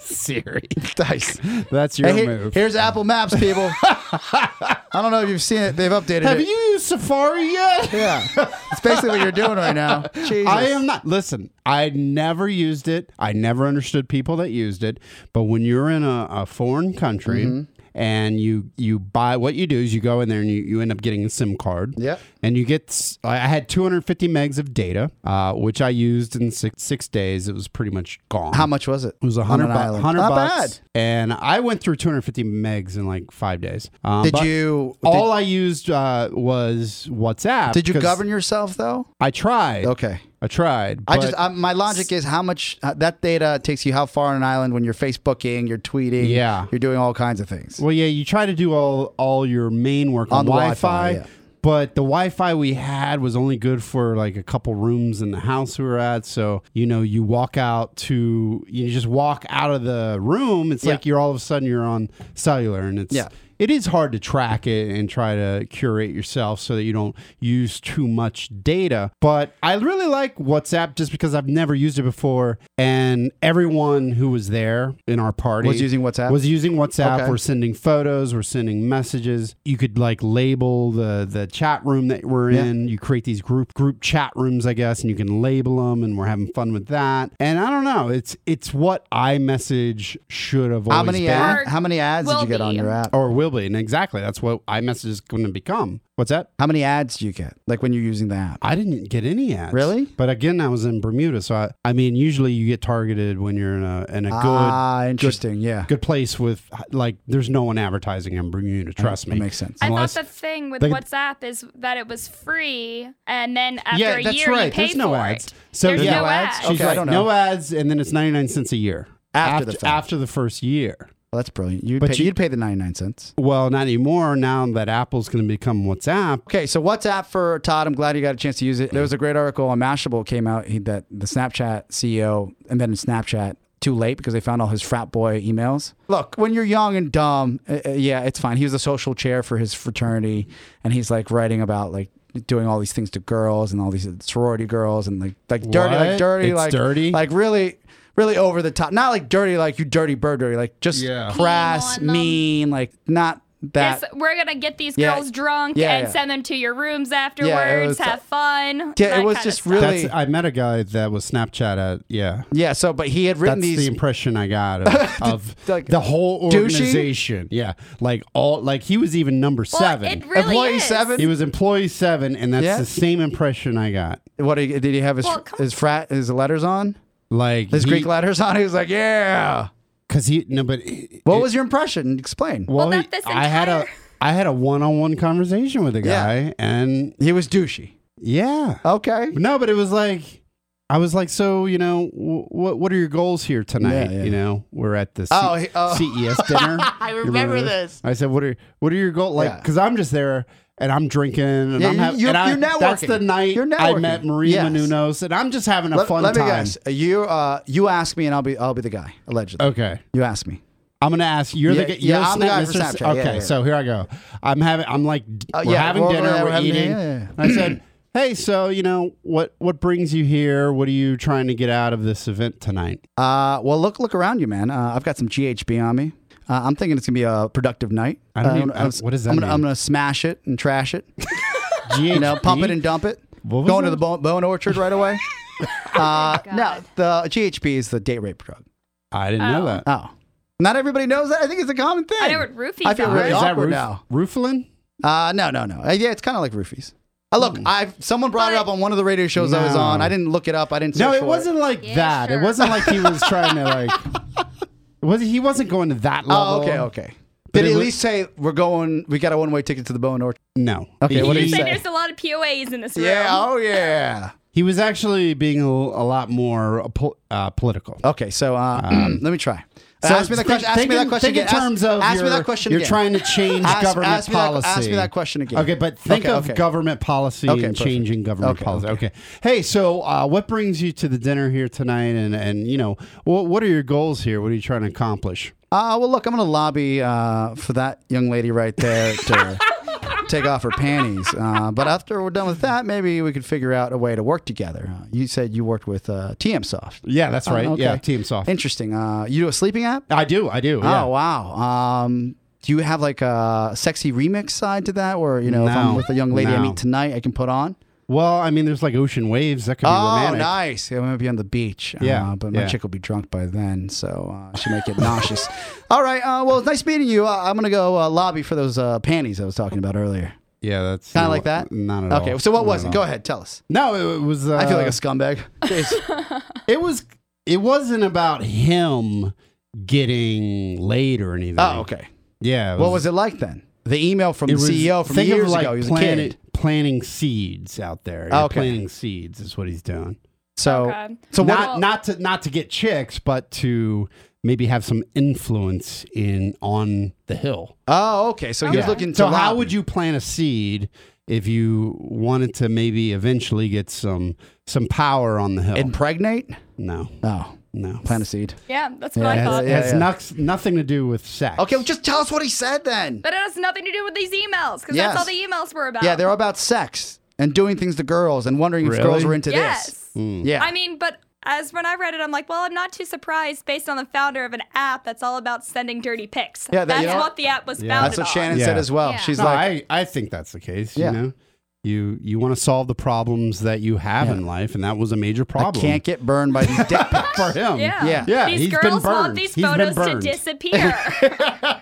D: Siri.
C: nice.
D: That's your
C: Hey, here-
D: move.
C: here's Apple Maps, people. I don't know if you've seen it. They've updated
D: Have
C: it.
D: you used Safari yet?
C: Yeah, it's basically what you're doing right now. Jesus.
D: I am not. Listen, I never used it. I never understood people that used it. But when you're in a, a foreign country
C: Mm-hmm.
D: and you you buy what you do is you go in there and you, you end up getting a SIM card.
C: Yep.
D: And you get. s- I I had 250 megs of data, uh, which I used in six six days. It was pretty much gone.
C: How much was it?
D: It was 100,
C: On
D: bu-
C: an island.
D: 100
C: Not
D: bucks.
C: bad.
D: And I went through 250 megs in like five days. Um,
C: Did
D: but
C: you? Did,
D: All I used uh, was WhatsApp.
C: did you
D: 'cause
C: govern yourself though?
D: I tried.
C: Okay.
D: I tried.
C: I
D: but-
C: just I, my logic is how much uh, that data takes you how far on an island when you're Facebooking, you're tweeting,
D: Yeah.
C: you're doing all kinds of things.
D: Well, yeah, you try to do all all your main work on,
C: On the
D: Wi-Fi,
C: Wi-Fi, yeah.
D: but the Wi-Fi we had was only good for like a couple rooms in the house we were at. So you know, you walk out to you just walk out of the room. It's
C: Yeah.
D: like you're all of a sudden you're on cellular, and it's
C: Yeah.
D: It is hard to track it and try to curate yourself so that you don't use too much data. But I really like WhatsApp just because I've never used it before. And everyone who was there in our party
C: Was using WhatsApp?
D: was using WhatsApp.
C: Okay.
D: We're sending photos. We're sending messages. You could like label the the chat room that we're
C: Yeah.
D: in. You create these group group chat rooms, I guess, and you can label them. And we're having fun with that. And I don't know. It's it's what iMessage should have always
C: How many
D: been.
C: ad, how many ads did
E: Will
C: you get on
E: be.
C: your app?
D: or will be, and exactly that's what iMessage is going to become. What's that?
C: How many ads do you get like when you're using the app?
D: I didn't get any ads.
C: Really?
D: But again, I was in Bermuda, so I, I mean, usually you get targeted when you're in a in a good
C: ah, interesting. yeah,
D: good place with like there's no one advertising in Bermuda. Trust me.
C: that makes sense.
E: I
D: Unless-
E: thought the thing with
D: they-
E: WhatsApp is that it was free, and then after
D: yeah,
E: a
D: that's
E: year
D: right.
E: you pay
D: There's no
E: for
D: ads.
E: it.
D: So
E: There's
D: yeah,
E: no ads.
D: She's
C: Okay, I
D: right.
C: don't
D: No
C: know.
D: ads, and then it's 99 cents a year
C: After the fact.
D: after the first year.
C: Well, Oh, that's brilliant. You'd
D: But
C: pay,
D: you-
C: you'd pay the 99 cents.
D: Well, not anymore. Now that Apple's going to become WhatsApp,
C: Okay, so WhatsApp for Todd. I'm glad you got a chance to use it. There was a great article on Mashable came out he- that the Snapchat E CEO invented Snapchat too late because they found all his frat boy emails. Look, when you're young and dumb, uh, uh, yeah, it's fine. He was a social chair for his fraternity, and he's like writing about like doing all these things to girls and all these sorority girls and like like dirty,
D: What?
C: like dirty,
D: It's
C: like
D: dirty?
C: like really. Really over the top, not like dirty, like you dirty bird, dirty, like just
D: Yeah.
C: crass,
E: Mean on them.
C: mean, like not that.
E: Yes, we're gonna get these
C: Yeah.
E: girls drunk
C: Yeah,
E: and
C: yeah.
E: send them to your rooms afterwards.
C: was-
E: have fun.
C: Yeah, it
E: that
C: was
E: kinda
C: just
E: stuff.
C: really-
D: that's I met a guy that was Snapchat at yeah.
C: yeah, so but he had
D: That's
C: written
D: the
C: these
D: impression I got of, of
C: like,
D: the whole
C: douchey?
D: organization. Yeah, like all like he was even number
E: Well,
D: seven.
E: It really
C: Employee
E: is.
C: seven?
D: he was employee seven, and that's
C: Yeah.
D: the same impression I got.
C: What did he- did he have his
E: Well, come-
C: his frat his letters on?
D: Like
C: His Greek letters on. He was like, "Yeah."
D: because he no, but it-
C: What was your impression? Explain.
D: Well,
E: not
D: he-
E: this
D: I had a
E: entire-
D: I had a one-on-one conversation with a guy,
C: Yeah.
D: and
C: He was douchey.
D: yeah,
C: Okay.
D: no, but it was like I was like, so you know, wh- what what are your goals here tonight?
C: Yeah, yeah.
D: You know, we're at the C-
C: Oh, he- oh.
D: CES dinner. I remember, this. I said, what are what are your goals? Like,
C: Yeah.
D: because I'm just there. And I'm drinking, and
C: Yeah,
D: I'm
C: you-
D: having.
C: you're-
D: I,
C: you're
D: That's
C: networking.
D: the night
C: You're
D: I met
C: networking.
D: Marie
C: Yes.
D: Menounos, and I'm just having a
C: Let,
D: fun
C: let me
D: time.
C: guess. You uh you ask me and I'll be I'll be the guy allegedly.
D: Okay,
C: You ask me.
D: I'm gonna ask. You're
C: Yeah,
D: the guy.
C: yeah,
D: you're
C: I'm the guy for
D: Mr. S-
C: Snapchat.
D: Okay,
C: Yeah, yeah.
D: so here I go. I'm having. I'm like.
C: Uh,
D: we're
C: yeah,
D: having
C: we're over
D: dinner.
C: there,
D: We're,
C: we're having
D: eating.
C: dinner, yeah, yeah.
D: And I said, "Hey, so you know what? What brings you here? What are you trying to get out of this event tonight?"
C: Uh well look look around you man. Uh, I've got some GHB on me. Uh, I'm thinking it's gonna be a productive night.
D: I don't
C: Uh,
D: even- I
C: I'm,
D: don't- what does that
C: I'm gonna,
D: mean?
C: I'm gonna smash it and trash it. you know,
D: GHB?
C: pump it and dump it.
D: What was
C: Going to
D: that?
C: the bone, bone orchard right away. uh, no,
E: Oh God.
C: the GHB is the date rape drug.
D: I didn't know that.
C: Oh. Not everybody knows that. I think it's a common thing.
E: I know what roofies
C: I feel
E: are.
C: really
D: Is that
C: awkward
D: roof,
C: now.
D: Rooflin?
C: Uh, no, no, no. Uh, yeah, it's kind of like roofies. Uh, look, I've someone brought it
E: But-
C: up on one of the radio shows I was
D: Hmm. No.
C: on. I didn't look it up. I didn't.
D: No,
C: search
D: it
C: for
D: wasn't like
E: Yeah,
D: that. It
E: sure.
D: wasn't like he was trying to like. Was he wasn't going to that level?
C: Oh, okay, okay.
D: But
C: Did
D: it
C: he at
D: was-
C: least say we're going? We got a one way ticket to the Bone Orchard.
D: No.
C: Okay, what did
E: You
C: he
E: say
C: say?
E: there's a lot of POAs in this room.
C: Yeah. Oh, yeah.
D: He was actually being a, a lot more uh, pol- uh, political.
C: Okay, so uh, let me try. ask me that question. Ask
D: think
C: me that
D: in-
C: question
D: Think
C: again.
D: in terms
C: ask,
D: of
C: ask me
D: you're-
C: that question
D: You're
C: again.
D: trying to change
C: Ask-
D: government
C: ask me that-
D: policy.
C: ask me that question again.
D: Okay, but think
C: Okay,
D: of
C: okay.
D: government policy
C: Okay,
D: and
C: perfect.
D: changing government
C: Okay,
D: policy.
C: okay.
D: Okay. Hey, so uh, what brings you to the dinner here tonight? And and you know what, what are your goals here? What are you trying to accomplish?
C: Uh, well, look, I'm going to lobby uh, for that young lady right there to take off her panties. Uh, but after we're done with that, maybe we could figure out a way to work together. Uh, you said you worked with uh, TMSoft.
D: Yeah, that's right.
C: Uh, okay.
D: Yeah, team soft.
C: Interesting. Uh, you do a sleeping app?
D: I do. I do. yeah.
C: Oh, wow. Um, do you have like a sexy remix side to that? Or, you know, if I'm
D: No.
C: with a young lady I
D: No.
C: meet tonight, I can put on?
D: Well, I mean, there's like ocean waves that could
C: Oh,
D: be romantic.
C: nice. Yeah, we might be on the beach.
D: Oh, Yeah,
C: Uh, but my
D: yeah.
C: chick will be drunk by then, so uh, she might get nauseous. All right. Uh, well, it's nice meeting you. Uh, I'm going to go uh, lobby for those uh, panties I was talking about earlier.
D: Yeah, that's
C: Kind of
D: no,
C: like that?
D: Not at all.
C: Okay. So, what
D: Not
C: was
D: at
C: it?
D: all.
C: Go ahead. Tell us.
D: No, it, it was. Uh,
C: I feel like a scumbag.
D: It was. It wasn't about him getting laid or anything.
C: oh, okay.
D: Yeah.
C: What was it like then? The email from the CEO E from
D: think
C: years
D: of like
C: ago. He was
D: planet-
C: a kid. Oh,
D: Planting seeds out there. You're
C: Okay.
D: Planting seeds is what he's doing.
C: So,
E: Okay.
C: so what?
D: not not to not to get chicks, but to maybe have some influence in on the hill.
C: Oh, okay. So he was
E: Yeah.
C: looking to.
D: So how
C: lobby.
D: would you plant a seed if you wanted to maybe eventually get some some power on the hill?
C: impregnate?
D: no,
C: Oh,
D: no.
C: plant a seed.
E: Yeah, that's what
C: Yeah,
E: I
D: Has,
E: thought.
C: yeah,
D: has
C: yeah.
D: nox- nothing to do with sex.
C: Okay, well, just tell us what he said then.
E: But it has nothing to do with these emails because
C: Yes.
E: that's all the emails were about.
C: Yeah, they're all about sex and doing things to girls and wondering if
D: Really?
C: girls were into this.
E: yes. Mm.
C: Yeah.
E: I mean, but as when I read it, I'm like, well, I'm not too surprised based on the founder of an app that's all about sending dirty pics.
C: Yeah, that-
E: that's
C: you know-
E: what the app was
D: Yeah.
C: That's
E: founded
C: what
E: on.
C: Shannon said
D: Yeah.
C: as well.
E: Yeah.
C: She's
D: no,
C: like,
D: I I think that's the case.
C: Yeah.
D: You know, you you want to solve the problems that you have in life, and that was a major
C: I,
D: problem.
C: can't get burned by these dick pics.
D: for him.
E: Yeah.
C: Yeah.
D: Yeah,
E: These
D: he's been
E: girls want
D: burned.
E: these
D: He's been
E: photos to
D: burned.
E: disappear.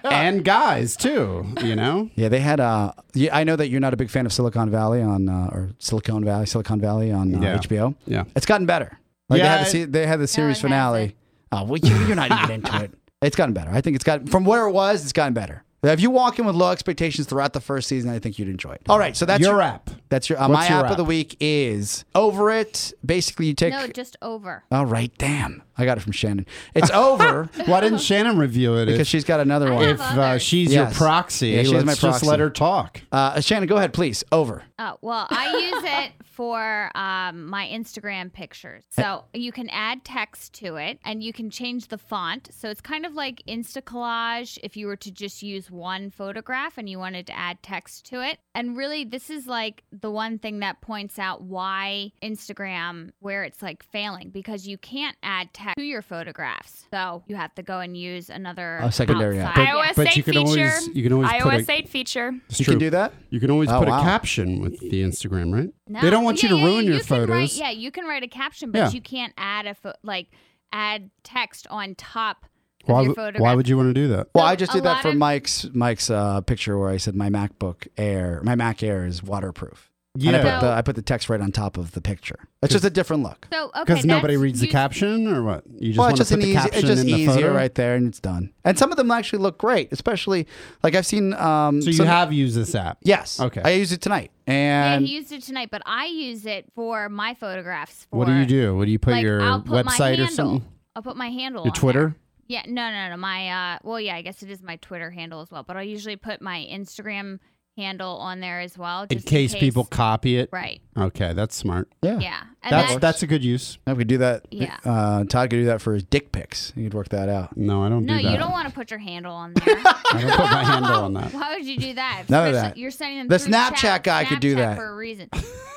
D: and guys too. You know.
C: Yeah, they had. Uh, yeah, I know that you're not a big fan of Silicon Valley on uh, or Silicon Valley, Silicon Valley on uh,
D: Yeah.
C: HBO.
D: Yeah.
C: It's gotten better. Like they,
D: Yeah,
C: had the, se- they had the series
E: it
C: finale. Oh, well, you, you're not even into it. It's gotten better. I think it's gotten from where it was. It's gotten better. If you walk in with low expectations throughout the first season, I think you'd enjoy it. All right, so that's
D: Your app.
C: That's your uh, my
D: What's your
C: app, of the
D: app?
C: week is over it. Basically, you take.
B: No, just over.
C: all right, damn, I got it from Shannon. It's over
D: Why didn't Shannon review it?
C: because
D: If,
C: she's got another one.
D: if uh, she's
C: Yes.
D: your proxy,
C: Yeah, she's
D: let's
C: my
D: just
C: proxy.
D: let her talk.
C: Uh, Shannon, go ahead, please. Over.
B: Oh, well, I use it for um, my Instagram pictures. So you can add text to it and you can change the font. So it's kind of like Instacollage if you were to just use one photograph and you wanted to add text to it. And really, this is like the one thing that points out why Instagram, where it's like failing, because you can't add text to your photographs. So you have to go and use another
C: A secondary app.
B: outside-
E: iOS
D: but
E: 8
D: you can
E: feature.
D: always- you can always put
E: iOS
D: a-
E: 8 feature.
D: It's
C: You
D: true.
C: can do that.
D: You can always
C: Oh,
D: put
C: wow.
D: a caption with the Instagram, right?
B: No.
D: They don't want
B: Yeah,
D: you to
B: yeah, yeah,
D: ruin your
B: you can write-
D: photos.
B: yeah, you can write a caption, but
D: Yeah.
B: you can't add a pho- like add text on top of
D: Why, w-
B: your photograph.
D: why would you want to do that?
C: Well,
B: So
C: I just
B: a
C: did that
B: lot
C: for
B: of-
C: Mike's Mike's uh, picture where I said my MacBook Air, my Mac Air is waterproof. And I
D: Yeah.
C: put, the,
B: No.
C: I put the text right on top of the picture. It's just a different look.
B: So okay,
D: Because nobody
B: that's-
D: reads the
B: you-
D: caption, or what? You just
C: well, it's
D: want
C: just
D: to
C: an
D: put the
C: easy,
D: caption
C: it's just
D: in the
C: easier
D: photo,
C: right there, and it's done. And some of them actually look great, especially like I've seen. Um,
D: So you
C: some-
D: have used this app?
C: yes,
D: Okay.
C: I used it tonight,
B: Yeah,
C: and
B: he used it tonight, but I use it for my photographs. For,
D: What do you do? What do you put
B: Like,
D: your
B: I'll put my
D: website or
B: handle.
D: something?
B: I'll put my handle.
D: Your
B: on
D: Twitter?
B: there. Yeah, no, no, no. My uh, well, yeah, I guess it is my Twitter handle as well, but I usually put my Instagram handle on there as well,
D: In
B: just
D: case, people copy it.
B: Right.
D: Okay, that's smart.
C: yeah,
B: Yeah. And
D: That's
B: that-
D: that's a good use.
C: I could do that.
B: Yeah.
C: Uh, Todd could do that for his dick pics. He could work that out.
D: No, I don't
B: no,
D: do that.
B: you don't want to put your handle on there.
D: I don't put my handle on that.
B: Why would you do that?
C: None of
B: Especially-
C: that.
B: You're sending them
C: The
B: through
C: Snapchat
B: chat-
C: guy could do
B: Snapchat
C: that.
B: for a reason.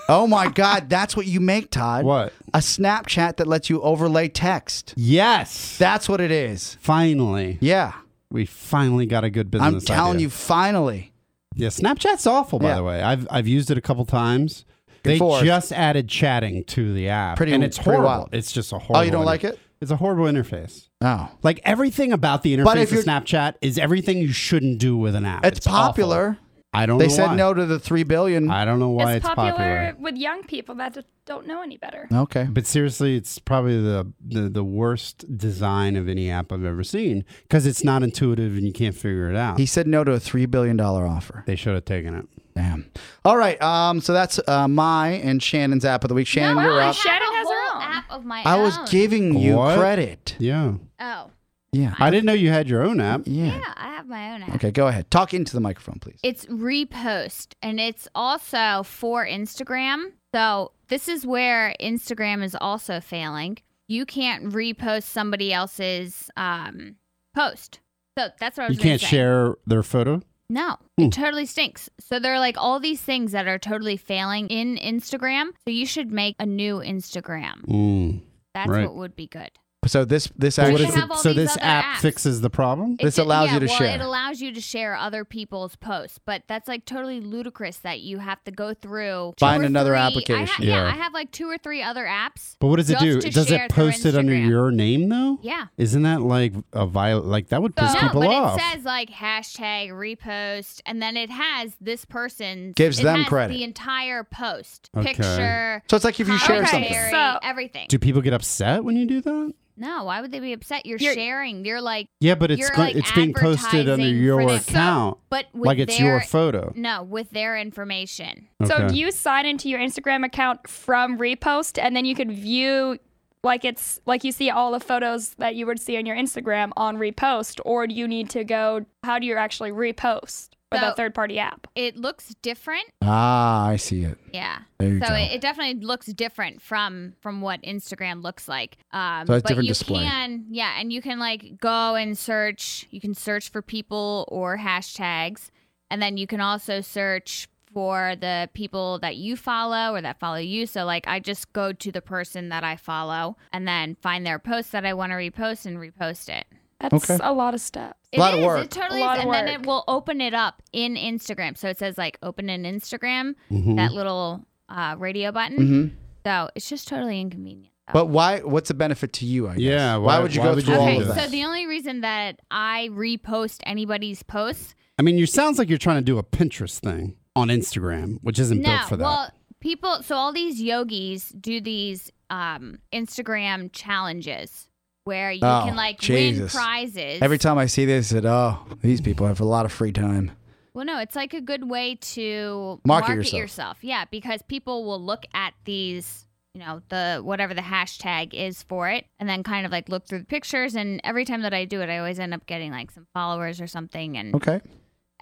C: Oh my God, that's what you make, Todd.
D: What?
C: A Snapchat that lets you overlay text.
D: Yes.
C: That's what it is.
D: finally,
C: Yeah,
D: we finally got a good business.
C: I'm telling
D: idea.
C: you, finally.
D: Yeah, Snapchat's awful. By
C: Yeah.
D: the way, I've I've used it a couple times. They
C: for it.
D: just added chatting to the app,
C: Pretty-
D: and it's
C: pretty
D: horrible.
C: wild.
D: It's just a horrible.
C: Oh, you don't
D: interface.
C: like it?
D: It's a horrible interface.
C: Oh.
D: Like everything about the interface
C: But if
D: of
C: you're-
D: Snapchat is everything you shouldn't do with an app.
C: It's,
D: awful.
C: popular.
D: I don't.
C: They
D: know
C: said
D: why.
C: no to the three billion.
D: I don't know why
E: it's
D: it's,
E: popular, with young people that d- don't know any better.
C: okay.
D: But seriously, it's probably the, the the worst design of any app I've ever seen because it's not intuitive and you can't figure it out.
C: He said no to a three billion dollar offer.
D: they should have taken it.
C: Damn. All right. Um. So that's uh, my and Shannon's app of the week. Shannon,
B: No,
C: you're
B: I
C: up.
B: had
E: Shannon
B: a
E: has her
B: whole
E: own.
B: app of my
C: I was
B: own.
C: giving you
D: What?
C: credit.
D: Yeah.
B: Oh,
C: Yeah.
D: I didn't know you had your own app.
C: Yeah.
B: Yeah, I have my own app.
C: Okay, go ahead. Talk into the microphone, please.
B: It's repost and it's also for Instagram. So this is where Instagram is also failing. You can't repost somebody else's um, post. So that's what I was
D: You
B: gonna
D: can't
B: say.
D: share their photo.
B: No,
C: Hmm.
B: it totally stinks. So there are like all these things that are totally failing in Instagram. So you should make a new Instagram.
D: Mm.
B: That's
D: Right.
B: what would be good.
C: So this this
B: But
D: So,
B: we
D: what
C: actually
B: should
D: is
B: have
D: it-
B: all
D: so
B: these
D: this
B: other
D: app
B: apps.
D: fixes the problem.
C: This
B: It-
C: allows
B: yeah,
C: you to
B: well, It
C: share.
B: allows you to share other people's posts, but that's like totally ludicrous that you have to go through two
C: Find
B: or
C: another
B: three- I
C: application.
B: ha- yeah.
D: Yeah.
B: I have like two or three other apps.
D: But what does it
B: just
D: do?
B: to
D: Does
B: share
D: it
B: through
D: post it under
B: Instagram.
D: your name though?
B: Yeah.
D: Isn't that like a viol? Like that would piss
B: no,
D: people
B: but
D: off.
B: it says like hashtag repost, and then it has this person's
C: Gives
B: it
C: them
B: has
C: credit.
B: The entire post,
D: Okay.
B: picture.
C: So it's like if you share
E: Okay.
C: something.
B: commentary,
E: So-
B: everything.
D: do people get upset when you do that?
B: No, why would they be upset? You're,
E: You're-
B: sharing. You're like
D: Yeah, but it's
B: You're,
D: go-
B: like,
D: it's being posted under
B: advertising
D: your
B: for them.
D: account,
B: but with
D: like it's
B: their,
D: your photo.
B: no with their information.
E: So
D: Okay.
E: you sign into your Instagram account from repost, and then you could view like it's like you see all the photos that you would see on your Instagram on repost, or do you need to go? How do you actually repost with
B: So-
E: a third party app?
B: It looks different.
C: Ah, I see it.
B: Yeah.
C: There you
B: so
C: go.
B: It, it definitely looks different from from what Instagram looks like. Um,
C: So it's
B: but
C: different
B: you
C: display.
B: can yeah, and you can like go and search. You can search for people or hashtags, and then you can also search for the people that you follow or that follow you. So like I just go to the person that I follow and then find their post that I want to repost and repost it.
E: That's
D: Okay.
E: a lot of steps.
B: It
C: Lot of
B: is,
C: work.
B: It totally
E: A lot of
B: is. And then
E: work.
B: it will open it up in Instagram. So it says like open in Instagram,
D: Mm-hmm.
C: Mm-hmm.
B: that little uh, radio button.
C: hmm
B: So it's just totally inconvenient. though.
C: But why? What's the benefit to you? I guess?
D: Yeah,
C: Why,
D: why-
C: would you
D: why
C: go
D: would
C: through
D: you
C: all
B: okay,
C: of that?
B: so the only reason that I repost anybody's posts,
D: I mean, you sounds like you're trying to do a Pinterest thing on Instagram, which isn't
B: no,
D: built for that.
B: well, people, so all these yogis do these um, Instagram challenges where you
C: Oh,
B: can like
C: Jesus.
B: win prizes.
C: Every time I see this, I said, "Oh, these people have a lot of free time."
B: Well, no, it's like a good way to
C: Market yourself.
B: Yeah, because people will look at these, you know, the whatever the hashtag is for it, and then kind of like look through the pictures. And every time that I do it, I always end up getting like some followers or something. And
C: Okay.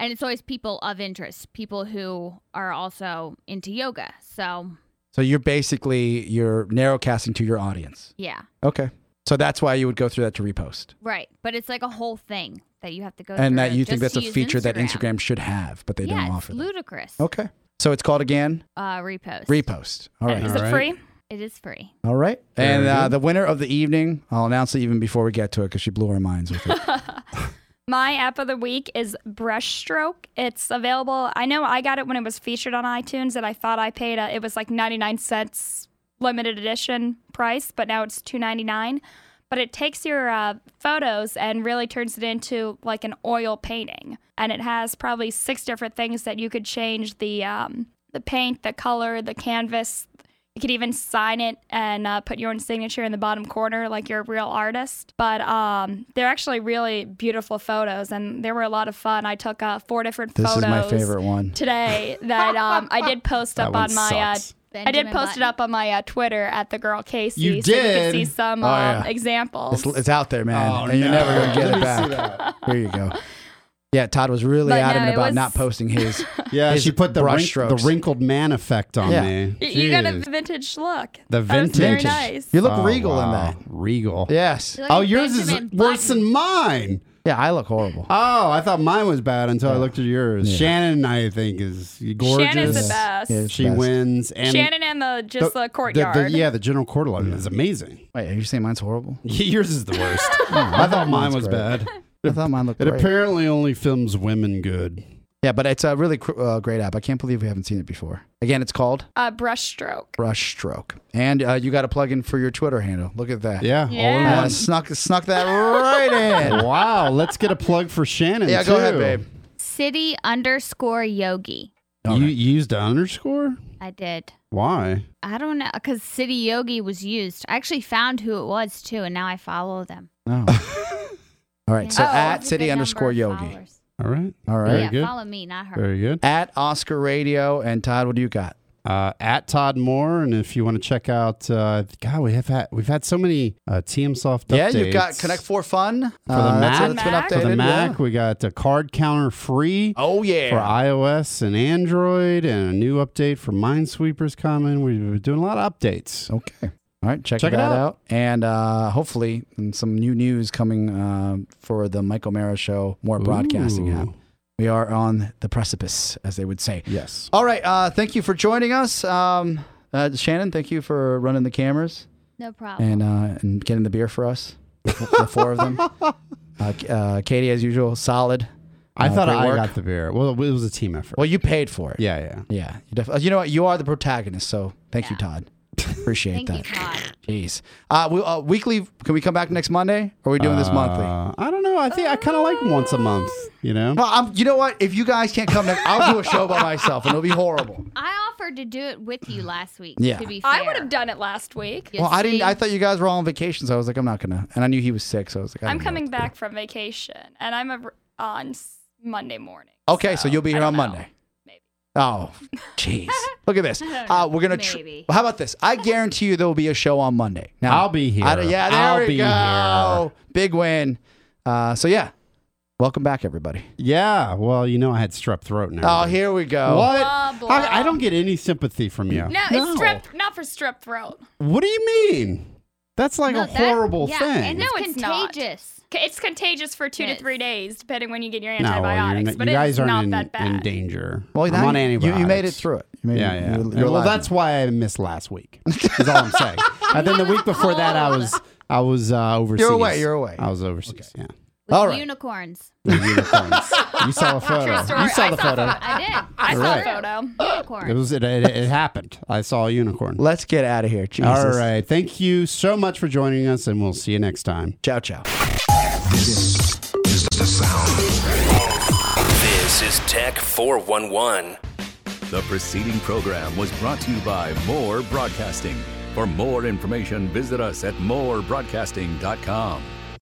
B: and it's always people of interest, people who are also into yoga. So
C: So you're basically you're narrowcasting to your audience.
B: yeah,
C: Okay. So that's why you would go through that to repost,
B: right. But it's like a whole thing that you have to go
C: and
B: through
C: that you think that's
B: just to
C: a
B: use
C: feature that Instagram should have, but they
B: yeah,
C: don't
B: it's
C: offer. that. Oh.
B: ludicrous.
C: Okay. So it's called again
B: Uh, repost.
C: repost. All right.
E: Is
D: All
E: it
D: right.
E: free?
B: it is free.
C: All right. And
D: Very
C: uh, the
D: good.
C: winner of the evening, I'll announce it even before we get to it because she blew our minds with it.
E: My app of the week is Brushstroke. It's available. I know I got it when it was featured on iTunes, and I thought I paid a, it was like 99 cents limited edition price, but now it's 2.99. But it takes your uh, photos and really turns it into like an oil painting, and it has probably six different things that you could change the um, the paint, the color, the canvas. You could even sign it and uh, put your own signature in the bottom corner, like you're a real artist. But um, they're actually really beautiful photos, and they were a lot of fun. I took uh, four different
C: This
E: photos
C: is my favorite one.
E: today that um, I did post
D: that
E: up
D: one
E: on my. Uh,
D: sucks.
E: I did post it up on my uh, Twitter at the girl Casey.
D: You
E: So you
D: did?
E: can see some
C: Oh,
E: um,
C: yeah.
E: examples.
C: It's, it's out there, man.
D: Oh,
C: and you're
D: no.
C: never going to get
D: Let
C: it
D: me see
C: back. Here you go. Yeah, Todd was really
E: But no,
C: adamant
E: it
C: about
E: was-
C: not posting his.
D: yeah,
C: his
D: she put the,
C: brush
D: wrink- the
C: strokes.
D: wrinkled man effect on
C: Yeah.
D: me.
E: Y- you got a
D: Jeez.
E: vintage look.
D: the
E: That was
D: vintage.
E: Very nice.
C: You look
D: Oh,
C: regal in
D: wow.
C: that.
D: Regal.
C: Yes.
B: Like
D: Oh, yours is
B: Benjamin
D: worse
B: Button.
D: than mine.
C: Yeah, I look horrible.
D: Oh, I thought mine was bad until I looked at yours.
C: Yeah.
D: Shannon, I think, is gorgeous.
E: Shannon's
C: Yes.
E: the best.
C: Yes.
D: She
C: Best.
D: wins. And
E: Shannon and the just the, courtyard.
D: uh, yeah, the general courtyard is amazing.
C: Wait, are you saying mine's horrible?
D: Yours is the worst. I thought mine was bad.
C: I thought mine looked
D: It
C: great.
D: apparently only films women good.
C: yeah, but it's a really cr- uh, great app. I can't believe we haven't seen it before. Again, it's called
E: Uh, brushstroke.
C: Brushstroke. And uh, you got a plug in for your Twitter handle. Look at that.
D: Yeah,
E: Yeah.
C: Uh, snuck, snuck that right
D: all in
C: in.
D: one. Wow, let's get a plug for Shannon.
C: yeah, go ahead,
D: too.
C: babe.
B: City underscore yogi.
C: Okay.
D: You you used an underscore?
B: I did.
D: Why?
B: I don't know because City Yogi was used. I actually found who it was too, and now I follow them.
C: No. All right. So
B: Yeah.
C: at
B: That's a
C: city
B: good
C: underscore
B: number
C: yogi.
B: of followers.
D: All right.
C: All right.
D: Very
B: yeah,
D: good.
B: follow me, not her.
D: Very good.
C: At Oscar Radio and Todd, what do you got?
D: uh, at Todd Moore. And if you want to check out, uh, God, we have had we've had so many uh, TM Soft
C: Yeah,
D: updates.
C: you've got Connect Four Fun for
D: Mac.
C: That's, that's been updated.
D: for the Mac.
C: yeah.
D: We got a card counter free.
C: Oh yeah.
D: For iOS and Android, and a new update for Minesweepers coming. We've been doing a lot of updates.
C: Okay. All right, check,
D: Check it
C: that out.
D: out.
C: And uh, hopefully, and some new news coming uh, for the Michael Mara Show, more broadcasting
D: Ooh.
C: app. We are on the precipice, as they would say.
D: Yes.
C: All right. Uh, thank you for joining us. Um, uh, Shannon, thank you for running the cameras
B: No problem.
C: and, uh, and getting the beer for us, the four of them. Uh, K- uh, Katie, as usual, solid.
D: I
C: Uh,
D: thought
C: great
D: I
C: work.
D: got the beer. Well, it was a team effort.
C: Well, you paid for it.
D: yeah, yeah.
C: Yeah. You, def- uh, you know what? You are the protagonist, so thank you, Todd. Appreciate
B: Thank
C: that.
B: you, Todd.
C: Jeez. Uh, we, uh, weekly, can we come back next Monday? Or are we doing this monthly?
D: Uh, I don't know. I think I kind of like once a month. You know.
C: Well, I'm, you know what? If you guys can't come next, I'll do a show by myself and it'll be horrible.
B: I offered to do it with you last week.
C: Yeah.
B: To be fair.
E: I would have done it last week.
B: You
C: Well, I didn't.
B: see?
C: I thought you guys were all on vacation, so I was like, I'm not gonna. And I knew he was sick, so I was like, I
E: I'm
C: don't know.
E: coming back from vacation, and I'm a, on s- Monday morning.
C: Okay, so you'll be
E: I
C: here
E: don't
C: on
E: know.
C: Monday.
E: Maybe.
C: Oh, jeez. Look at this. Uh, we're gonna. Tr-
B: Maybe.
C: Well, how about this? I guarantee you there will be a show on Monday.
D: I'll be here.
C: I- yeah, there
D: I'll
C: we
D: be
C: go. Big win. Uh, so yeah, welcome back, everybody.
D: Yeah. Well, you know, I had strep throat now.
C: Oh, here we go.
D: What?
E: Blah, blah.
D: I, I don't get any sympathy from you.
E: No, it's strep, not for strep throat.
D: What do you mean? That's like
B: No,
D: a
B: that-
D: horrible
B: yeah,
D: thing.
B: And
E: No,
B: it's
E: it's not.
B: contagious.
E: C- It's contagious for two
B: Yes.
E: to three days, depending when you get your
D: no, well,
E: antibiotics.
D: you're not,
E: but
D: you guys
E: it's not
D: aren't
E: that
D: in,
E: bad.
D: in danger.
C: Well,
D: I'm
C: that-
D: on
C: you,
D: antibiotics.
C: you made it through it. You made,
D: Yeah, yeah.
C: you-
D: And,
C: you're
D: well,
C: alive
D: that's why I missed last week. Is all I'm saying. and then the week before that, I was I was uh, overseas.
C: away, you're away.
D: I was overseas. Yeah.
B: With
C: All right.
B: unicorns.
D: The unicorns. you saw a photo.
E: True story.
D: You saw
E: I
D: the
E: saw
D: photo.
B: I did.
E: I saw
D: Right.
E: the photo.
D: It
B: Unicorns.
D: was it, it, it happened. I saw a unicorn.
C: Let's get out of here. Jesus.
D: All right. Thank you so much for joining us, and we'll see you next time.
C: Ciao, ciao.
A: This is Tech 411.
F: The preceding program was brought to you by More Broadcasting. For more information, visit us at morebroadcasting.com.